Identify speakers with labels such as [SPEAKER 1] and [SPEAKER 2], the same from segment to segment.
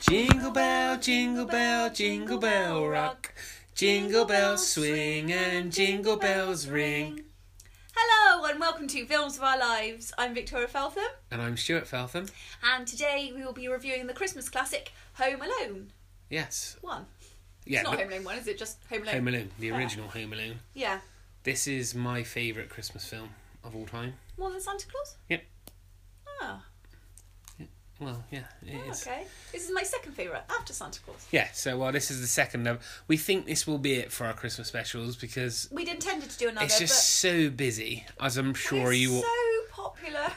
[SPEAKER 1] Jingle bell, jingle bell, jingle bell rock. Jingle bells swing and jingle bells ring.
[SPEAKER 2] Hello and welcome to Films of Our Lives. I'm Victoria Feltham,
[SPEAKER 1] And I'm Stuart Feltham.
[SPEAKER 2] and today we will be reviewing the Christmas classic Home Alone
[SPEAKER 1] Yes.
[SPEAKER 2] 1.
[SPEAKER 1] Yeah.
[SPEAKER 2] it's not
[SPEAKER 1] no-
[SPEAKER 2] Home Alone 1, is it? Just Home Alone.
[SPEAKER 1] Home Alone, the original Home Alone.
[SPEAKER 2] Yeah.
[SPEAKER 1] This is my favourite Christmas film of all time.
[SPEAKER 2] More than Santa Claus?
[SPEAKER 1] Yep.
[SPEAKER 2] Ah,
[SPEAKER 1] Well, yeah, it is.
[SPEAKER 2] oh, okay. This is my second favourite after Santa Claus.
[SPEAKER 1] Yeah, so well, this is the second of. We think this will be it for our Christmas specials because
[SPEAKER 2] We'd intended to do another,
[SPEAKER 1] it's just so busy, as I'm
[SPEAKER 2] but
[SPEAKER 1] sure
[SPEAKER 2] it's
[SPEAKER 1] you. will-
[SPEAKER 2] so popular.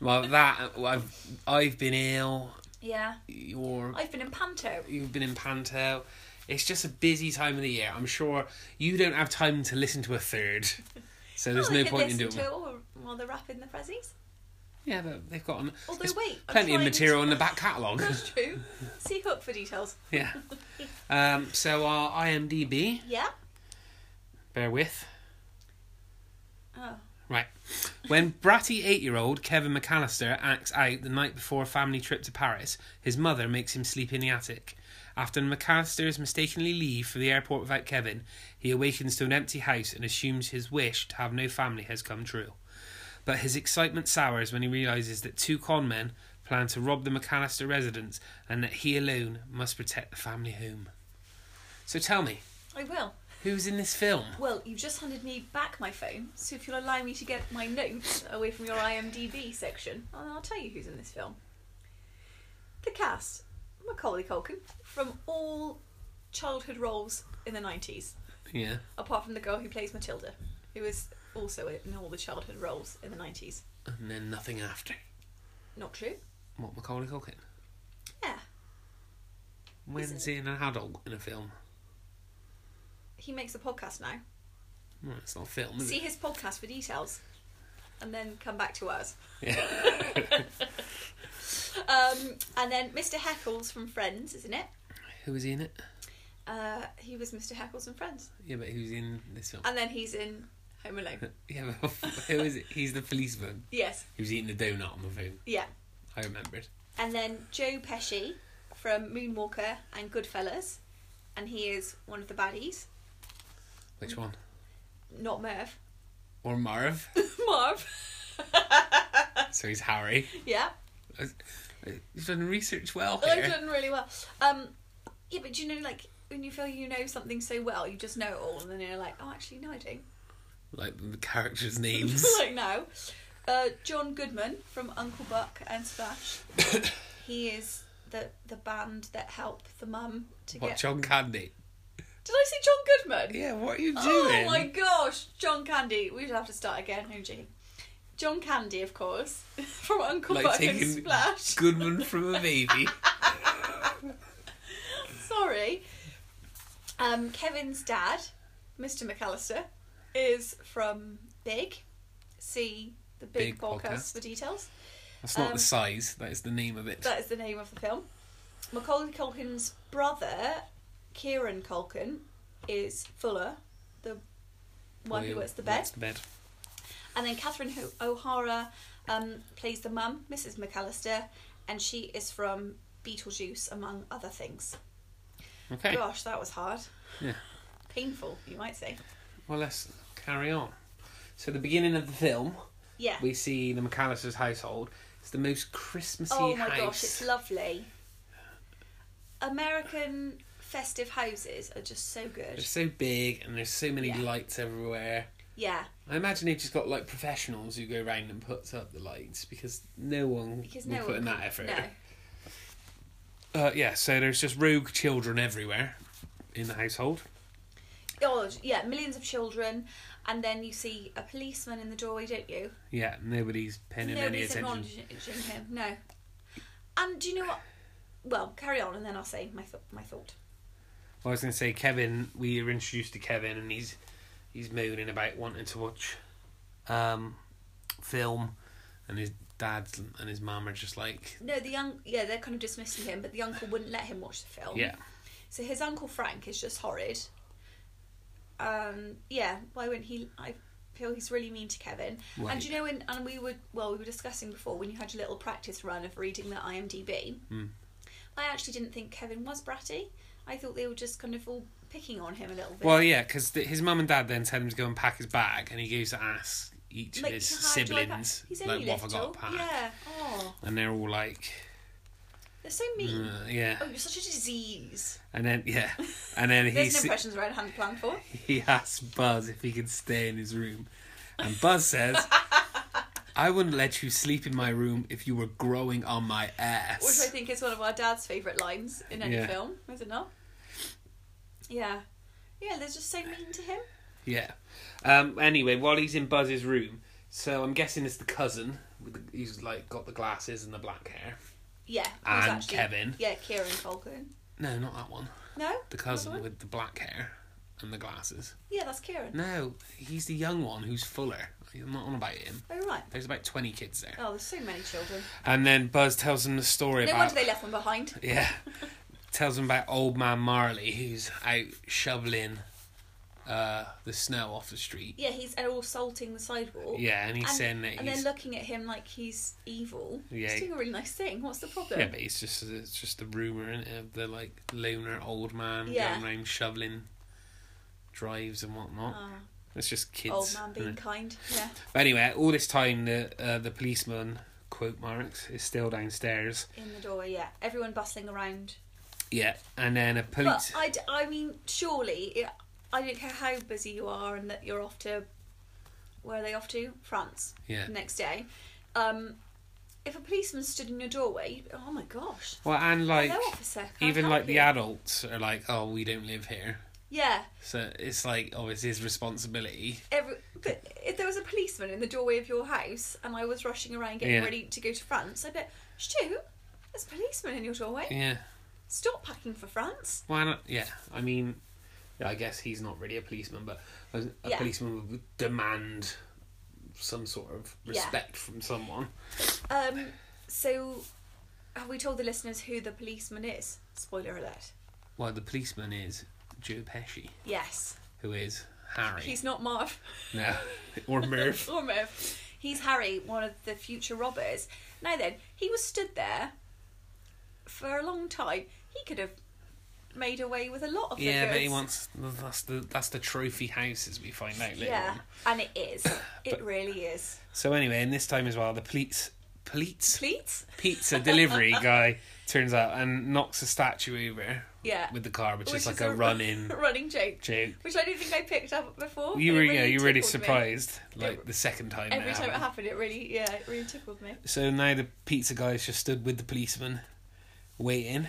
[SPEAKER 1] well, that well, I've I've been ill.
[SPEAKER 2] yeah.
[SPEAKER 1] You're
[SPEAKER 2] I've been in Panto.
[SPEAKER 1] you've been in Panto. It's just a busy time of the year. I'm sure you don't have time to listen to a third, so there's
[SPEAKER 2] Oh,
[SPEAKER 1] no
[SPEAKER 2] they could
[SPEAKER 1] point in
[SPEAKER 2] listen
[SPEAKER 1] doing. one.
[SPEAKER 2] to it all while they're wrapping the Frezzies.
[SPEAKER 1] Yeah, but they've got um,
[SPEAKER 2] Although,
[SPEAKER 1] there's
[SPEAKER 2] wait, I'm
[SPEAKER 1] plenty of
[SPEAKER 2] trying
[SPEAKER 1] material
[SPEAKER 2] to-
[SPEAKER 1] in the back catalogue.
[SPEAKER 2] That's true. See Hook for details.
[SPEAKER 1] yeah. Um. So our IMDb.
[SPEAKER 2] Yeah.
[SPEAKER 1] Bear with.
[SPEAKER 2] Oh.
[SPEAKER 1] Right. When bratty eight year old Kevin McAllister acts out the night before a family trip to Paris, his mother makes him sleep in the attic. After McAllister's mistakenly leave for the airport without Kevin, he awakens to an empty house and assumes his wish to have no family has come true. But his excitement sours when he realizes that two con men plan to rob the McAllister residence and that he alone must protect the family home. So tell me,
[SPEAKER 2] I will.
[SPEAKER 1] who's in this film?
[SPEAKER 2] Well, you just handed me back my phone, so if you'll allow me to get my notes away from your IMDb section, and I'll tell you who's in this film. The cast Macaulay Culkin from all childhood roles in the 90s,
[SPEAKER 1] Yeah.
[SPEAKER 2] apart from the girl who plays Matilda, who was also in all the childhood roles in the 90s.
[SPEAKER 1] And then nothing after.
[SPEAKER 2] Not true?
[SPEAKER 1] What, Macaulay Culkin?
[SPEAKER 2] Yeah.
[SPEAKER 1] When's he in an adult in a film?
[SPEAKER 2] He makes a podcast now.
[SPEAKER 1] Well, it's not a film, is
[SPEAKER 2] See
[SPEAKER 1] it?
[SPEAKER 2] his podcast for details, and then come back to us. um, and then Mr. Heckles from Friends, isn't it?
[SPEAKER 1] Who is he in it?
[SPEAKER 2] Uh, he was Mr. Heckles from Friends,
[SPEAKER 1] Yeah, but who's in this film?
[SPEAKER 2] and then he's in Home Alone.
[SPEAKER 1] yeah, but who is it? He's the policeman
[SPEAKER 2] yes,
[SPEAKER 1] who's eating the donut on the phone.
[SPEAKER 2] yeah.
[SPEAKER 1] I remembered.
[SPEAKER 2] And then Joe Pesci from Moonwalker and Goodfellas, and he is one of the baddies,
[SPEAKER 1] Which one?
[SPEAKER 2] not Merv.
[SPEAKER 1] Or Marv?
[SPEAKER 2] Marv.
[SPEAKER 1] so he's Harry.
[SPEAKER 2] yeah,
[SPEAKER 1] He's done research well
[SPEAKER 2] I've
[SPEAKER 1] here.
[SPEAKER 2] done really well. Um, yeah, but do you know, like when you feel you know something so well, you just know it all, and then you're like, oh, actually, no, I don't.
[SPEAKER 1] Like the characters' names.
[SPEAKER 2] like now. Uh, John Goodman from Uncle Buck and Splash. he is the the band that help the mum to
[SPEAKER 1] what,
[SPEAKER 2] get.
[SPEAKER 1] John Candy?
[SPEAKER 2] Did I say John Goodman?
[SPEAKER 1] Yeah, what are you
[SPEAKER 2] Oh
[SPEAKER 1] doing?
[SPEAKER 2] my gosh, John Candy. We'd have to start again, oh gee. John Candy, of course, from Uncle
[SPEAKER 1] Like
[SPEAKER 2] Buck and
[SPEAKER 1] taking
[SPEAKER 2] Splash.
[SPEAKER 1] Goodman from a baby.
[SPEAKER 2] Sorry. Um, Kevin's dad, Mr. McAllister, is from Big. See the Big,
[SPEAKER 1] Big
[SPEAKER 2] podcast,
[SPEAKER 1] podcast.
[SPEAKER 2] for details.
[SPEAKER 1] That's not
[SPEAKER 2] Um,
[SPEAKER 1] the size, that is the name of it.
[SPEAKER 2] That is the name of the film. Macaulay Culkin's brother, Kieran Culkin, is Fuller, the one
[SPEAKER 1] Boy
[SPEAKER 2] who works the
[SPEAKER 1] works
[SPEAKER 2] bed.
[SPEAKER 1] the bed.
[SPEAKER 2] And then Catherine Ho- O'Hara um, plays the mum, Mrs. McAllister, and she is from Beetlejuice, among other things.
[SPEAKER 1] Okay.
[SPEAKER 2] Gosh, that was hard.
[SPEAKER 1] Yeah.
[SPEAKER 2] Painful, you might say.
[SPEAKER 1] Well, let's carry on. So, the beginning of the film,
[SPEAKER 2] Yeah.
[SPEAKER 1] we see the McAllister's household. It's the most Christmassy
[SPEAKER 2] oh my
[SPEAKER 1] house.
[SPEAKER 2] gosh, it's lovely. American festive houses are just so good.
[SPEAKER 1] They're so big and there's so many
[SPEAKER 2] Yeah.
[SPEAKER 1] lights everywhere.
[SPEAKER 2] Yeah.
[SPEAKER 1] I imagine they've just got like professionals who go round and puts up the lights because no one
[SPEAKER 2] Because
[SPEAKER 1] will
[SPEAKER 2] no
[SPEAKER 1] put
[SPEAKER 2] one
[SPEAKER 1] in
[SPEAKER 2] could-
[SPEAKER 1] that effort.
[SPEAKER 2] No.
[SPEAKER 1] Uh, yeah, so there's just rogue children everywhere in the household.
[SPEAKER 2] Oh yeah, millions of children, and then you see a policeman in the doorway, don't you?
[SPEAKER 1] Yeah, nobody's paying him any
[SPEAKER 2] Nobody's
[SPEAKER 1] attention.
[SPEAKER 2] acknowledging him. No. And do you know what? Well, carry on, and then I'll say my th- my thought.
[SPEAKER 1] Well, I was going to say Kevin. We were introduced to Kevin, and he's he's moaning about wanting to watch um, film, and his dad and his mum are just like,
[SPEAKER 2] No, the young yeah they're kind of dismissing him, but the uncle wouldn't let him watch the film.
[SPEAKER 1] yeah,
[SPEAKER 2] So his uncle Frank is just horrid. Um. Yeah. Why wouldn't he? I feel he's really mean to Kevin.
[SPEAKER 1] Right.
[SPEAKER 2] And do you know when?
[SPEAKER 1] Hmm.
[SPEAKER 2] And we were well, we were discussing before when you had your little practice run of reading the IMDb. I actually didn't think Kevin was bratty. I thought they were just kind of all picking on him a little bit.
[SPEAKER 1] Well, yeah, because th- his mum and dad then tell him to go and pack his bag, and he gives the ass each
[SPEAKER 2] Like,
[SPEAKER 1] of his
[SPEAKER 2] "Hi, do I pack-"
[SPEAKER 1] siblings
[SPEAKER 2] He's
[SPEAKER 1] like
[SPEAKER 2] only
[SPEAKER 1] what have I
[SPEAKER 2] little.
[SPEAKER 1] got to pack,
[SPEAKER 2] Yeah. Oh,
[SPEAKER 1] and they're all like,
[SPEAKER 2] they're so mean.
[SPEAKER 1] "Uh, yeah,
[SPEAKER 2] Oh, you're such a disease.
[SPEAKER 1] and then yeah, and then he
[SPEAKER 2] There's an
[SPEAKER 1] se-
[SPEAKER 2] impressions around hand planned for.
[SPEAKER 1] he asks Buzz if he can stay in his room, and Buzz says. I wouldn't let you sleep in my room if you were growing on my
[SPEAKER 2] Which I
[SPEAKER 1] ass.
[SPEAKER 2] think is one of our dad's favourite lines in any
[SPEAKER 1] Yeah.
[SPEAKER 2] film, is it not? Yeah. Yeah, they're just so mean to him.
[SPEAKER 1] Yeah. Um, anyway, while he's in Buzz's room, so I'm guessing it's the cousin with the, who's like got the glasses and the black hair.
[SPEAKER 2] Yeah. I was
[SPEAKER 1] And Kevin.
[SPEAKER 2] Yeah, Kieran Culkin.
[SPEAKER 1] No, not that one. The
[SPEAKER 2] No? Another
[SPEAKER 1] cousin
[SPEAKER 2] one?
[SPEAKER 1] with the black hair and the glasses.
[SPEAKER 2] Yeah, that's Kieran.
[SPEAKER 1] No, he's the young one who's fuller. I'm not on about him.
[SPEAKER 2] Oh, right.
[SPEAKER 1] There's about 20 kids there.
[SPEAKER 2] Oh, there's so many children.
[SPEAKER 1] And then Buzz tells him the story
[SPEAKER 2] No
[SPEAKER 1] about.
[SPEAKER 2] wonder they left one behind.
[SPEAKER 1] yeah. tells him about old man Marley who's out shoveling uh, the snow off the street.
[SPEAKER 2] Yeah, he's all salting the sidewalk.
[SPEAKER 1] Yeah, and he's
[SPEAKER 2] and,
[SPEAKER 1] saying that
[SPEAKER 2] and
[SPEAKER 1] he's.
[SPEAKER 2] they're looking at him like he's evil.
[SPEAKER 1] Yeah.
[SPEAKER 2] He's doing a really nice thing. What's the problem?
[SPEAKER 1] Yeah, but it's just it's just the rumor and of the like loner old man
[SPEAKER 2] Yeah.
[SPEAKER 1] going around shoveling drives and whatnot.
[SPEAKER 2] Ah,
[SPEAKER 1] it's Mm. just kids.
[SPEAKER 2] old man being
[SPEAKER 1] innit?
[SPEAKER 2] kind. Yeah.
[SPEAKER 1] But anyway, all this time the uh, the policeman quote marks is still downstairs.
[SPEAKER 2] In the door, yeah. Everyone bustling around.
[SPEAKER 1] Yeah, and then a
[SPEAKER 2] But uh,
[SPEAKER 1] police.
[SPEAKER 2] I, d- I mean, surely, it, I don't care how busy you are and that you're off to. Where are they off to? France.
[SPEAKER 1] yeah.
[SPEAKER 2] The next day. Um, if a policeman stood in your doorway, you'd be, oh my gosh.
[SPEAKER 1] Well, and like
[SPEAKER 2] Hello, officer. Can I
[SPEAKER 1] even
[SPEAKER 2] help
[SPEAKER 1] like the
[SPEAKER 2] you?"
[SPEAKER 1] adults are like, oh, we don't live here,
[SPEAKER 2] Yeah.
[SPEAKER 1] so it's like oh, it's his responsibility.
[SPEAKER 2] Every, but if there was a policeman in the doorway of your house and I was rushing around getting
[SPEAKER 1] Yeah.
[SPEAKER 2] ready to go to France, I'd be, like, Stu, there's a policeman in your doorway.
[SPEAKER 1] Yeah.
[SPEAKER 2] Stop packing for France.
[SPEAKER 1] Why not? Yeah, I mean, yeah, I guess he's not really a policeman, but a, a
[SPEAKER 2] Yeah.
[SPEAKER 1] policeman would demand some sort of
[SPEAKER 2] Yeah.
[SPEAKER 1] respect from someone.
[SPEAKER 2] Um, so, have we told the listeners who the policeman is? Spoiler alert.
[SPEAKER 1] Well, the policeman is Joe Pesci,
[SPEAKER 2] Yes.
[SPEAKER 1] who is Harry.
[SPEAKER 2] He's not Marv.
[SPEAKER 1] No, or Merv.
[SPEAKER 2] Or Merv. He's Harry, one of the future robbers. Now then, he was stood there for a long time. He could have made away with a lot of the
[SPEAKER 1] yeah, but he
[SPEAKER 2] goods.
[SPEAKER 1] wants that's the that's the trophy house as we find out later.
[SPEAKER 2] Yeah,
[SPEAKER 1] On.
[SPEAKER 2] and it is. It really is.
[SPEAKER 1] So anyway, and this time as well, the police, police,
[SPEAKER 2] Pleats?
[SPEAKER 1] pizza delivery guy turns out and knocks a statue over
[SPEAKER 2] Yeah.
[SPEAKER 1] with the car, which,
[SPEAKER 2] Which
[SPEAKER 1] is like
[SPEAKER 2] is
[SPEAKER 1] a,
[SPEAKER 2] a-
[SPEAKER 1] running
[SPEAKER 2] Running joke.
[SPEAKER 1] joke.
[SPEAKER 2] Which I don't think I picked up before.
[SPEAKER 1] You
[SPEAKER 2] but
[SPEAKER 1] were
[SPEAKER 2] it
[SPEAKER 1] yeah,
[SPEAKER 2] really
[SPEAKER 1] you were really
[SPEAKER 2] tickled me.
[SPEAKER 1] surprised like the second time.
[SPEAKER 2] Every
[SPEAKER 1] that
[SPEAKER 2] time it
[SPEAKER 1] happened.
[SPEAKER 2] happened, it really, yeah, it really tickled me.
[SPEAKER 1] So now the pizza guy's just stood with the policeman, waiting,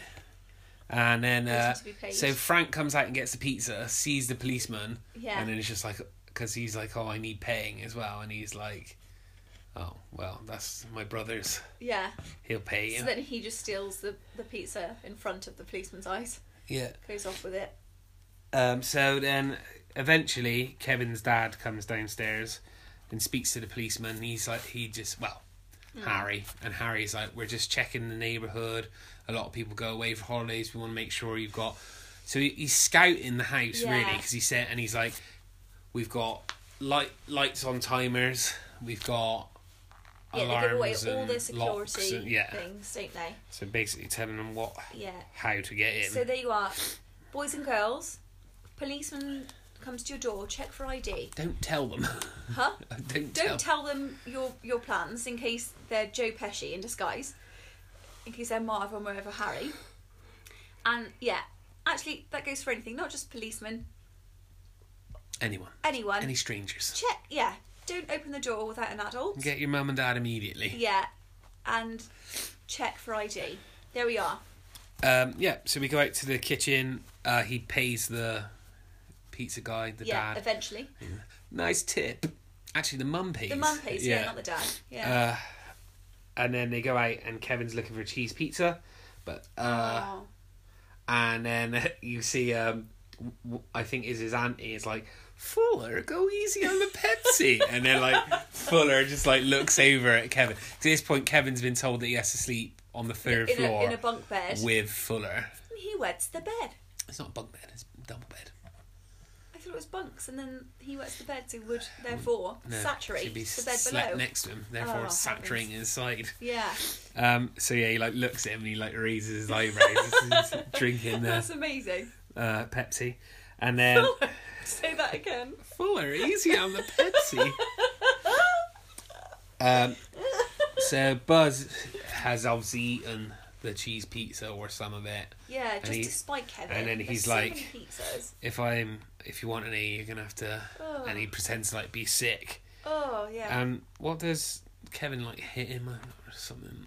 [SPEAKER 1] and then
[SPEAKER 2] Waiting
[SPEAKER 1] uh,
[SPEAKER 2] to be paid.
[SPEAKER 1] so Frank comes out and gets the pizza, sees the policeman,
[SPEAKER 2] Yeah.
[SPEAKER 1] and then it's just like because he's like, oh, I need paying as well, and he's like, oh, well, that's my brother's.
[SPEAKER 2] Yeah.
[SPEAKER 1] He'll pay you.
[SPEAKER 2] So then he just steals the, the pizza in front of the policeman's eyes,
[SPEAKER 1] yeah.
[SPEAKER 2] goes off with it.
[SPEAKER 1] Um. So then eventually Kevin's dad comes downstairs and speaks to the policeman. He's like, he just well.
[SPEAKER 2] Hmm.
[SPEAKER 1] Harry and Harry's like, we're just checking the neighborhood. A lot of people go away for holidays. We want to make sure you've got. So he, he's scouting the house really 'cause really
[SPEAKER 2] Yeah.
[SPEAKER 1] because he said, and he's like, we've got light lights on timers. We've got
[SPEAKER 2] Yeah, they give away
[SPEAKER 1] alarms
[SPEAKER 2] all
[SPEAKER 1] and
[SPEAKER 2] the
[SPEAKER 1] locks
[SPEAKER 2] security
[SPEAKER 1] and- yeah.
[SPEAKER 2] things, don't they?
[SPEAKER 1] So basically telling them what,
[SPEAKER 2] Yeah.
[SPEAKER 1] how to get in.
[SPEAKER 2] So there you are. Boys and girls, policeman comes to your door, check for ID.
[SPEAKER 1] don't tell them.
[SPEAKER 2] Huh?
[SPEAKER 1] don't,
[SPEAKER 2] Don't
[SPEAKER 1] tell.
[SPEAKER 2] tell them your your plans in case they're Joe Pesci in disguise, in case they're Marv or wherever Harry. And yeah, actually, that goes for anything, not just policemen,
[SPEAKER 1] anyone,
[SPEAKER 2] anyone.
[SPEAKER 1] any strangers.
[SPEAKER 2] Check, yeah. Don't open the door without an adult.
[SPEAKER 1] Get your mum and dad immediately.
[SPEAKER 2] Yeah, and check for ID. There we are.
[SPEAKER 1] Um, yeah, so we go out to the kitchen. Uh, he pays the pizza guy, the
[SPEAKER 2] yeah,
[SPEAKER 1] dad.
[SPEAKER 2] eventually
[SPEAKER 1] Nice tip. Actually, the mum pays.
[SPEAKER 2] the mum pays. Yeah. not the dad.
[SPEAKER 1] Uh,
[SPEAKER 2] Yeah.
[SPEAKER 1] and then they go out, and Kevin's looking for a cheese pizza, but uh,
[SPEAKER 2] Oh.
[SPEAKER 1] and then you see, um, w- w- I think is his auntie is like. Fuller, go easy on the Pepsi, and then like Fuller just like looks over at Kevin. To this point, Kevin's been told that he has to sleep on the third
[SPEAKER 2] in,
[SPEAKER 1] floor
[SPEAKER 2] a, in a bunk bed.
[SPEAKER 1] with Fuller.
[SPEAKER 2] He wets the bed.
[SPEAKER 1] It's not a bunk bed; it's a double bed.
[SPEAKER 2] I thought it was bunks, and then he wets the bed, so would therefore
[SPEAKER 1] No,
[SPEAKER 2] saturate
[SPEAKER 1] she'd be
[SPEAKER 2] the bed
[SPEAKER 1] slept
[SPEAKER 2] below.
[SPEAKER 1] next to him, therefore
[SPEAKER 2] Oh,
[SPEAKER 1] saturating his side.
[SPEAKER 2] Yeah,
[SPEAKER 1] Um, so yeah, he like looks at him and he like raises his eyebrows, He's drinking uh,
[SPEAKER 2] that's amazing.
[SPEAKER 1] uh, Pepsi, and then
[SPEAKER 2] Say that again.
[SPEAKER 1] Fuller, easy on the Pepsi. um, so Buzz has obviously eaten the cheese pizza or some of it.
[SPEAKER 2] Yeah, just
[SPEAKER 1] he-
[SPEAKER 2] to spike Kevin.
[SPEAKER 1] and then
[SPEAKER 2] There's
[SPEAKER 1] he's
[SPEAKER 2] so many
[SPEAKER 1] like-
[SPEAKER 2] pizzas.
[SPEAKER 1] If I'm, if you want an E, you're gonna have to.
[SPEAKER 2] Oh.
[SPEAKER 1] And he pretends to like be sick.
[SPEAKER 2] Oh yeah.
[SPEAKER 1] Um, what does Kevin like hit him or something?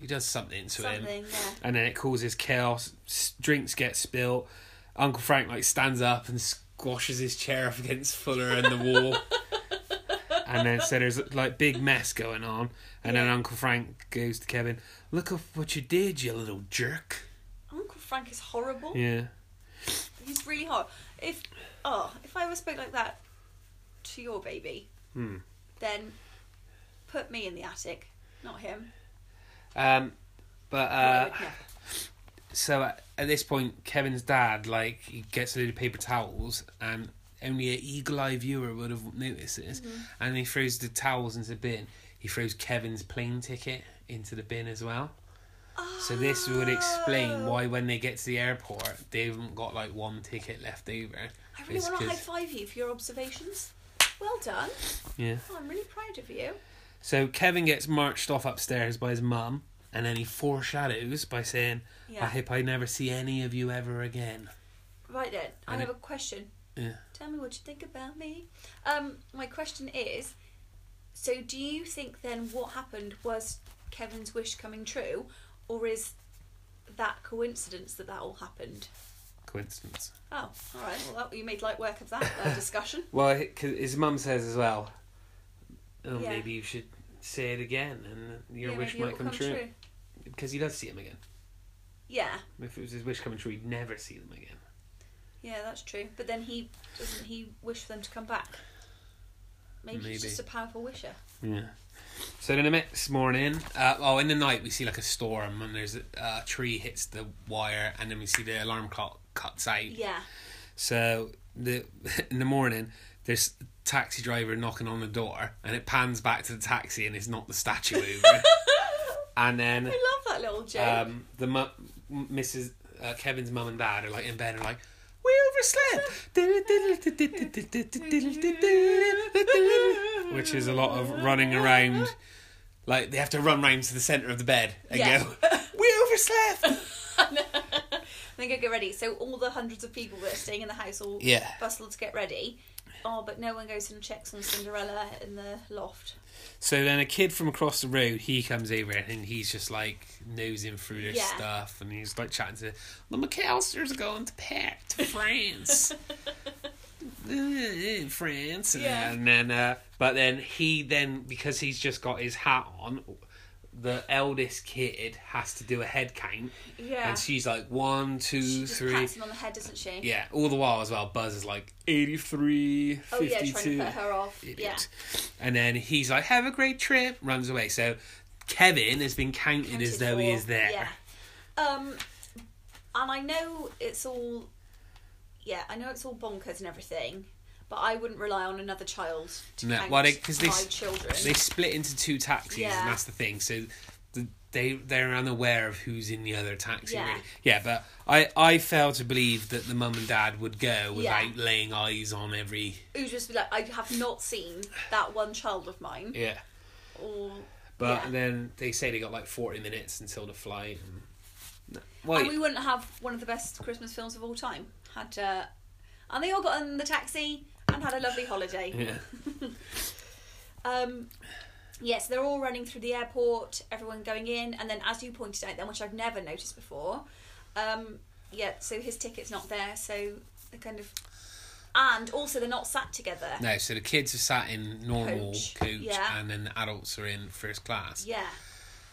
[SPEAKER 1] He does something to him.
[SPEAKER 2] Something. Yeah.
[SPEAKER 1] and then it causes chaos. S- drinks get spilt. Uncle Frank like stands up and squashes his chair up against Fuller and the wall. and then so there's like big mess going on. And then
[SPEAKER 2] Yeah.
[SPEAKER 1] Uncle Frank goes to Kevin, "Look up what you did, you little jerk."
[SPEAKER 2] Uncle Frank is horrible.
[SPEAKER 1] Yeah.
[SPEAKER 2] He's really hard. If oh, if I ever spoke like that to your baby,
[SPEAKER 1] Hmm.
[SPEAKER 2] then put me in the attic, not him.
[SPEAKER 1] Um, but
[SPEAKER 2] I
[SPEAKER 1] uh,
[SPEAKER 2] would never.
[SPEAKER 1] so at, at this point, Kevin's dad like he gets a load of paper towels and. Only an eagle-eye viewer would have noticed this,
[SPEAKER 2] Mm-hmm.
[SPEAKER 1] and he throws the towels into the bin. He throws Kevin's plane ticket into the bin as well. So this would explain
[SPEAKER 2] Oh.
[SPEAKER 1] why when they get to the airport, they haven't got like one ticket left over.
[SPEAKER 2] I really
[SPEAKER 1] It's
[SPEAKER 2] want to high
[SPEAKER 1] 'cause-
[SPEAKER 2] five you for your observations. Well done.
[SPEAKER 1] Yeah.
[SPEAKER 2] Oh, I'm really proud of you.
[SPEAKER 1] So Kevin gets marched off upstairs by his mum, and then he foreshadows by saying, "I
[SPEAKER 2] Yeah.
[SPEAKER 1] hope I never see any of you ever again."
[SPEAKER 2] Right then, I
[SPEAKER 1] And
[SPEAKER 2] have
[SPEAKER 1] it-
[SPEAKER 2] a question.
[SPEAKER 1] Yeah.
[SPEAKER 2] Tell me what you think about me. Um, my question is, so do you think then what happened was Kevin's wish coming true, or is that coincidence that that all happened?
[SPEAKER 1] Coincidence.
[SPEAKER 2] Oh, all right. Well, that, you made light work of that uh, discussion.
[SPEAKER 1] Well, h- 'cause his mum says as well. Oh,
[SPEAKER 2] Yeah.
[SPEAKER 1] maybe you should say it again, and your
[SPEAKER 2] Yeah,
[SPEAKER 1] wish
[SPEAKER 2] maybe it
[SPEAKER 1] might come,
[SPEAKER 2] will
[SPEAKER 1] true. Because he does see him again.
[SPEAKER 2] Yeah,
[SPEAKER 1] If it was his wish coming true, he'd never see them again.
[SPEAKER 2] yeah, that's true. But then he doesn't he wish for them to come back? Maybe, he's
[SPEAKER 1] Maybe.
[SPEAKER 2] just a powerful wisher.
[SPEAKER 1] Yeah. So then the next morning, uh, oh, in the night we see like a storm and there's a, a tree hits the wire and then we see the alarm clock cuts out.
[SPEAKER 2] Yeah.
[SPEAKER 1] So the in the morning there's a taxi driver knocking on the door and it pans back to the taxi and it's not the statue over. and then
[SPEAKER 2] I love that little joke.
[SPEAKER 1] um, the mu- Mrs. Uh, Kevin's mum and dad are like in bed and like, we overslept. Which is a lot of running around. Like they have to run round to the centre of the bed and
[SPEAKER 2] Yeah.
[SPEAKER 1] go, we overslept.
[SPEAKER 2] Then go get ready. So all the hundreds of people that are staying in the house all
[SPEAKER 1] Yeah.
[SPEAKER 2] bustle to get ready. Oh, but no one goes and checks on Cinderella in the loft.
[SPEAKER 1] So then a kid from across the road he comes over and he's just like nosing through their
[SPEAKER 2] Yeah.
[SPEAKER 1] stuff and he's like chatting to the McAllisters are going to Paris, to France, Eh, France,
[SPEAKER 2] Yeah.
[SPEAKER 1] and then uh, but then he then because he's just got his hat on, the eldest kid has to do a head count
[SPEAKER 2] Yeah.
[SPEAKER 1] and she's like one,
[SPEAKER 2] She
[SPEAKER 1] two,
[SPEAKER 2] just
[SPEAKER 1] three.
[SPEAKER 2] pats him on the head, doesn't she?
[SPEAKER 1] Yeah, all the while as well, Buzz is like 83,
[SPEAKER 2] Oh
[SPEAKER 1] 52
[SPEAKER 2] yeah, trying to put her off. Yeah.
[SPEAKER 1] idiot. And then he's like, "Have a great trip," runs away. So Kevin has been counted,
[SPEAKER 2] Counted
[SPEAKER 1] as though he
[SPEAKER 2] for,
[SPEAKER 1] is there.
[SPEAKER 2] Yeah. Um, and I know it's all, yeah, I know it's all bonkers and everything, but I wouldn't rely on another child to
[SPEAKER 1] No,
[SPEAKER 2] count
[SPEAKER 1] well, they- 'cause they
[SPEAKER 2] my
[SPEAKER 1] s-
[SPEAKER 2] children.
[SPEAKER 1] They split into two taxis,
[SPEAKER 2] Yeah.
[SPEAKER 1] and that's the thing. So th- they they're unaware of who's in the other taxi.
[SPEAKER 2] Yeah.
[SPEAKER 1] Really. Yeah, but I I fail to believe that the mum and dad would go
[SPEAKER 2] Yeah.
[SPEAKER 1] without laying eyes on every.
[SPEAKER 2] It would just be like, I have not seen that one child of mine.
[SPEAKER 1] Yeah.
[SPEAKER 2] Or
[SPEAKER 1] But
[SPEAKER 2] Yeah.
[SPEAKER 1] then they say they got like forty minutes until the flight. And... No. Well,
[SPEAKER 2] and we wouldn't have one of the best Christmas films of all time. Had uh, and they all got in the taxi and had a lovely holiday.
[SPEAKER 1] yeah.
[SPEAKER 2] Um, yes, they're all running through the airport, everyone going in, and then as you pointed out, then which I've never noticed before. Um, yeah, so his ticket's not there, so they kind of, and also they're not sat together.
[SPEAKER 1] No, so the kids are sat in normal coach,
[SPEAKER 2] Coach, yeah.
[SPEAKER 1] and then the adults are in first class.
[SPEAKER 2] Yeah,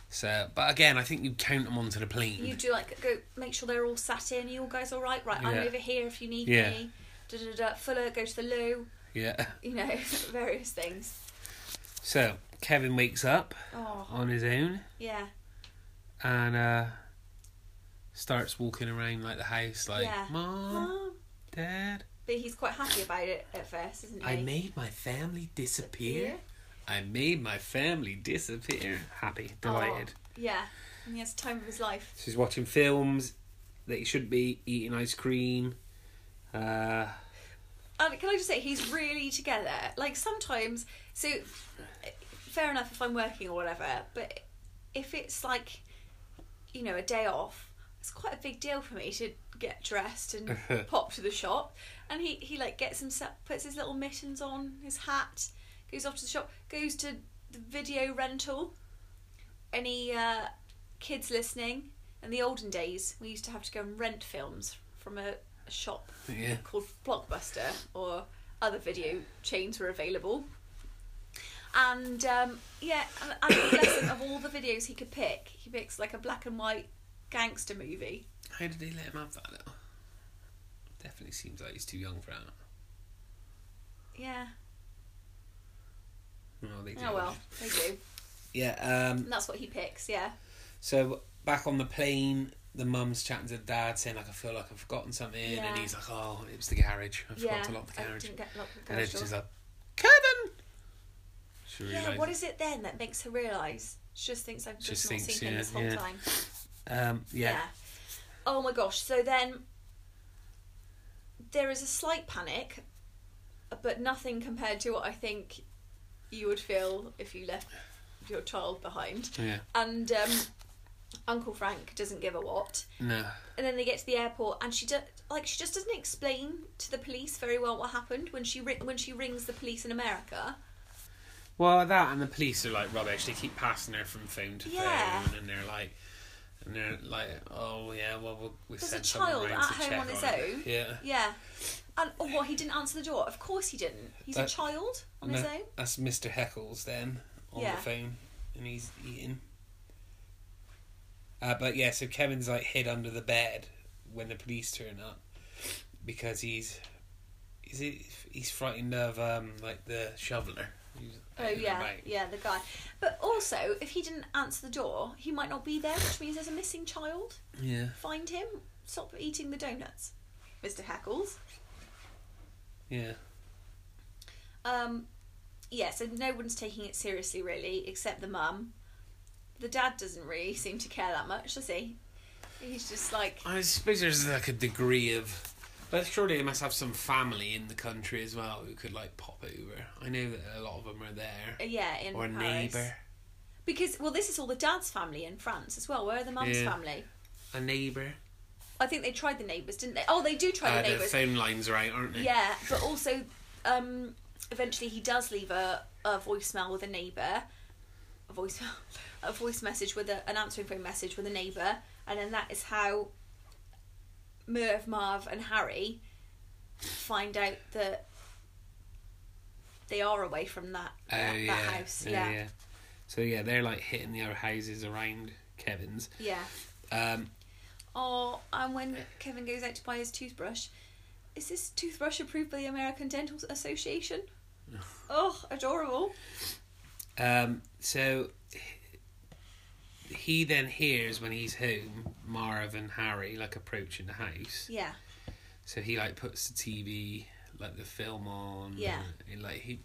[SPEAKER 1] So, but again, I think you count them onto the plane.
[SPEAKER 2] you do like go make sure they're all sat in. You all guys all right? Right, I'm
[SPEAKER 1] Yeah.
[SPEAKER 2] over here if you need
[SPEAKER 1] Yeah.
[SPEAKER 2] me. Da, da, da, da. Fuller, go to the loo.
[SPEAKER 1] yeah.
[SPEAKER 2] You know, various things.
[SPEAKER 1] So Kevin wakes up
[SPEAKER 2] Oh,
[SPEAKER 1] on his own
[SPEAKER 2] yeah.
[SPEAKER 1] and uh, starts walking around like the house, like
[SPEAKER 2] Yeah.
[SPEAKER 1] mom,
[SPEAKER 2] Mum,
[SPEAKER 1] dad,
[SPEAKER 2] But he's quite happy about it at first, isn't he?
[SPEAKER 1] I made my family disappear. I made my family disappear. Happy, delighted.
[SPEAKER 2] Oh, Yeah. And he has the time of his life.
[SPEAKER 1] She's watching films that you should be eating ice cream. Uh,
[SPEAKER 2] And Um, can I just say, he's really together. Like sometimes, so fair enough if I'm working or whatever, but if it's like, you know, a day off, it's quite a big deal for me to get dressed and pop to the shop. And he, he like gets himself, puts his little mittens on, his hat, goes off to the shop, goes to the video rental. Any uh, kids listening? In the olden days, we used to have to go and rent films from a, a shop
[SPEAKER 1] yeah.
[SPEAKER 2] called Blockbuster or other video chains were available. And um, yeah, and, and the lesson of all the videos he could pick, he picks like a black and white gangster movie.
[SPEAKER 1] How did they let him have that though? Definitely seems like he's too young for that.
[SPEAKER 2] Yeah.
[SPEAKER 1] No, they do.
[SPEAKER 2] Oh well, they do.
[SPEAKER 1] Yeah. Um,
[SPEAKER 2] And that's what he picks. Yeah.
[SPEAKER 1] So back on the plane, the mum's chatting to the dad, saying like, "I feel like I've forgotten something,"
[SPEAKER 2] Yeah.
[SPEAKER 1] and he's like, "Oh, it was the garage. I forgot
[SPEAKER 2] yeah.
[SPEAKER 1] to lock the
[SPEAKER 2] I
[SPEAKER 1] garage."
[SPEAKER 2] didn't get locked the
[SPEAKER 1] And then
[SPEAKER 2] garage
[SPEAKER 1] she's
[SPEAKER 2] door.
[SPEAKER 1] like, "Kevin." She
[SPEAKER 2] Yeah.
[SPEAKER 1] realizes.
[SPEAKER 2] What is it then that makes her realise? She just thinks I've just,
[SPEAKER 1] Just
[SPEAKER 2] not
[SPEAKER 1] thinks,
[SPEAKER 2] seen him
[SPEAKER 1] yeah,
[SPEAKER 2] this whole
[SPEAKER 1] yeah.
[SPEAKER 2] time.
[SPEAKER 1] um, yeah.
[SPEAKER 2] Oh my gosh. So then there is a slight panic, but nothing compared to what I think you would feel if you left your child behind.
[SPEAKER 1] Yeah.
[SPEAKER 2] And um, Uncle Frank doesn't give a what.
[SPEAKER 1] No.
[SPEAKER 2] And then they get to the airport, and she do- like she just doesn't explain to the police very well what happened when she ri- when she rings the police in America.
[SPEAKER 1] Well, that and the police are like rubbish. They keep passing her from phone to
[SPEAKER 2] Yeah.
[SPEAKER 1] phone, and they're like, and they're like, "Oh yeah, well we'll, we'll
[SPEAKER 2] There's a
[SPEAKER 1] send someone
[SPEAKER 2] child
[SPEAKER 1] round
[SPEAKER 2] at
[SPEAKER 1] to
[SPEAKER 2] home
[SPEAKER 1] check
[SPEAKER 2] on his
[SPEAKER 1] it."
[SPEAKER 2] own.
[SPEAKER 1] Yeah.
[SPEAKER 2] Yeah. And oh, what he didn't answer the door. Of course he didn't. He's
[SPEAKER 1] That-
[SPEAKER 2] a child on his
[SPEAKER 1] No,
[SPEAKER 2] own.
[SPEAKER 1] That's Mr. Heckles then on
[SPEAKER 2] Yeah.
[SPEAKER 1] the phone, and he's eating. Uh, but yeah, so Kevin's like hid under the bed when the police turn up because he's is it he's frightened of um like the shoveler. He's
[SPEAKER 2] Oh
[SPEAKER 1] out and
[SPEAKER 2] yeah,
[SPEAKER 1] about.
[SPEAKER 2] yeah, the guy. But also, if he didn't answer the door, he might not be there, which means there's a missing child.
[SPEAKER 1] yeah,
[SPEAKER 2] Find him. Stop eating the donuts, Mister Hackles.
[SPEAKER 1] yeah.
[SPEAKER 2] Um, yeah, so no one's taking it seriously really, except the mum. The dad doesn't really seem to care that much, does he? He's just like,
[SPEAKER 1] I suppose there's like a degree of, but surely they must have some family in the country as well who could like pop over. I know that a lot of them are there
[SPEAKER 2] uh, yeah, in
[SPEAKER 1] or a
[SPEAKER 2] Paris.
[SPEAKER 1] neighbor,
[SPEAKER 2] Because well, this is all the dad's family in France as well. Where are the mum's
[SPEAKER 1] Yeah.
[SPEAKER 2] family?
[SPEAKER 1] a neighbor.
[SPEAKER 2] I think they tried the neighbours, didn't they? Oh, they do try
[SPEAKER 1] Uh,
[SPEAKER 2] the
[SPEAKER 1] the
[SPEAKER 2] neighbours.
[SPEAKER 1] phone lines are out, aren't they?
[SPEAKER 2] Yeah, but also, um, eventually he does leave a, a voicemail with a neighbour, a voice, a voice message with a, an answering phone message with a neighbour, and then that is how Merv, Marv, and Harry find out that they are away from that
[SPEAKER 1] Oh
[SPEAKER 2] that, that
[SPEAKER 1] yeah.
[SPEAKER 2] house.
[SPEAKER 1] Oh,
[SPEAKER 2] Yeah, yeah.
[SPEAKER 1] yeah. So yeah, they're like hitting the other houses around Kevin's. Um,
[SPEAKER 2] Oh, and when Kevin goes out to buy his toothbrush, is this toothbrush approved by the American Dental Association? oh, adorable.
[SPEAKER 1] um, so he then hears when he's home Marv and Harry like approaching the house.
[SPEAKER 2] Yeah.
[SPEAKER 1] So he like puts the TV like the film on.
[SPEAKER 2] Yeah.
[SPEAKER 1] And, like he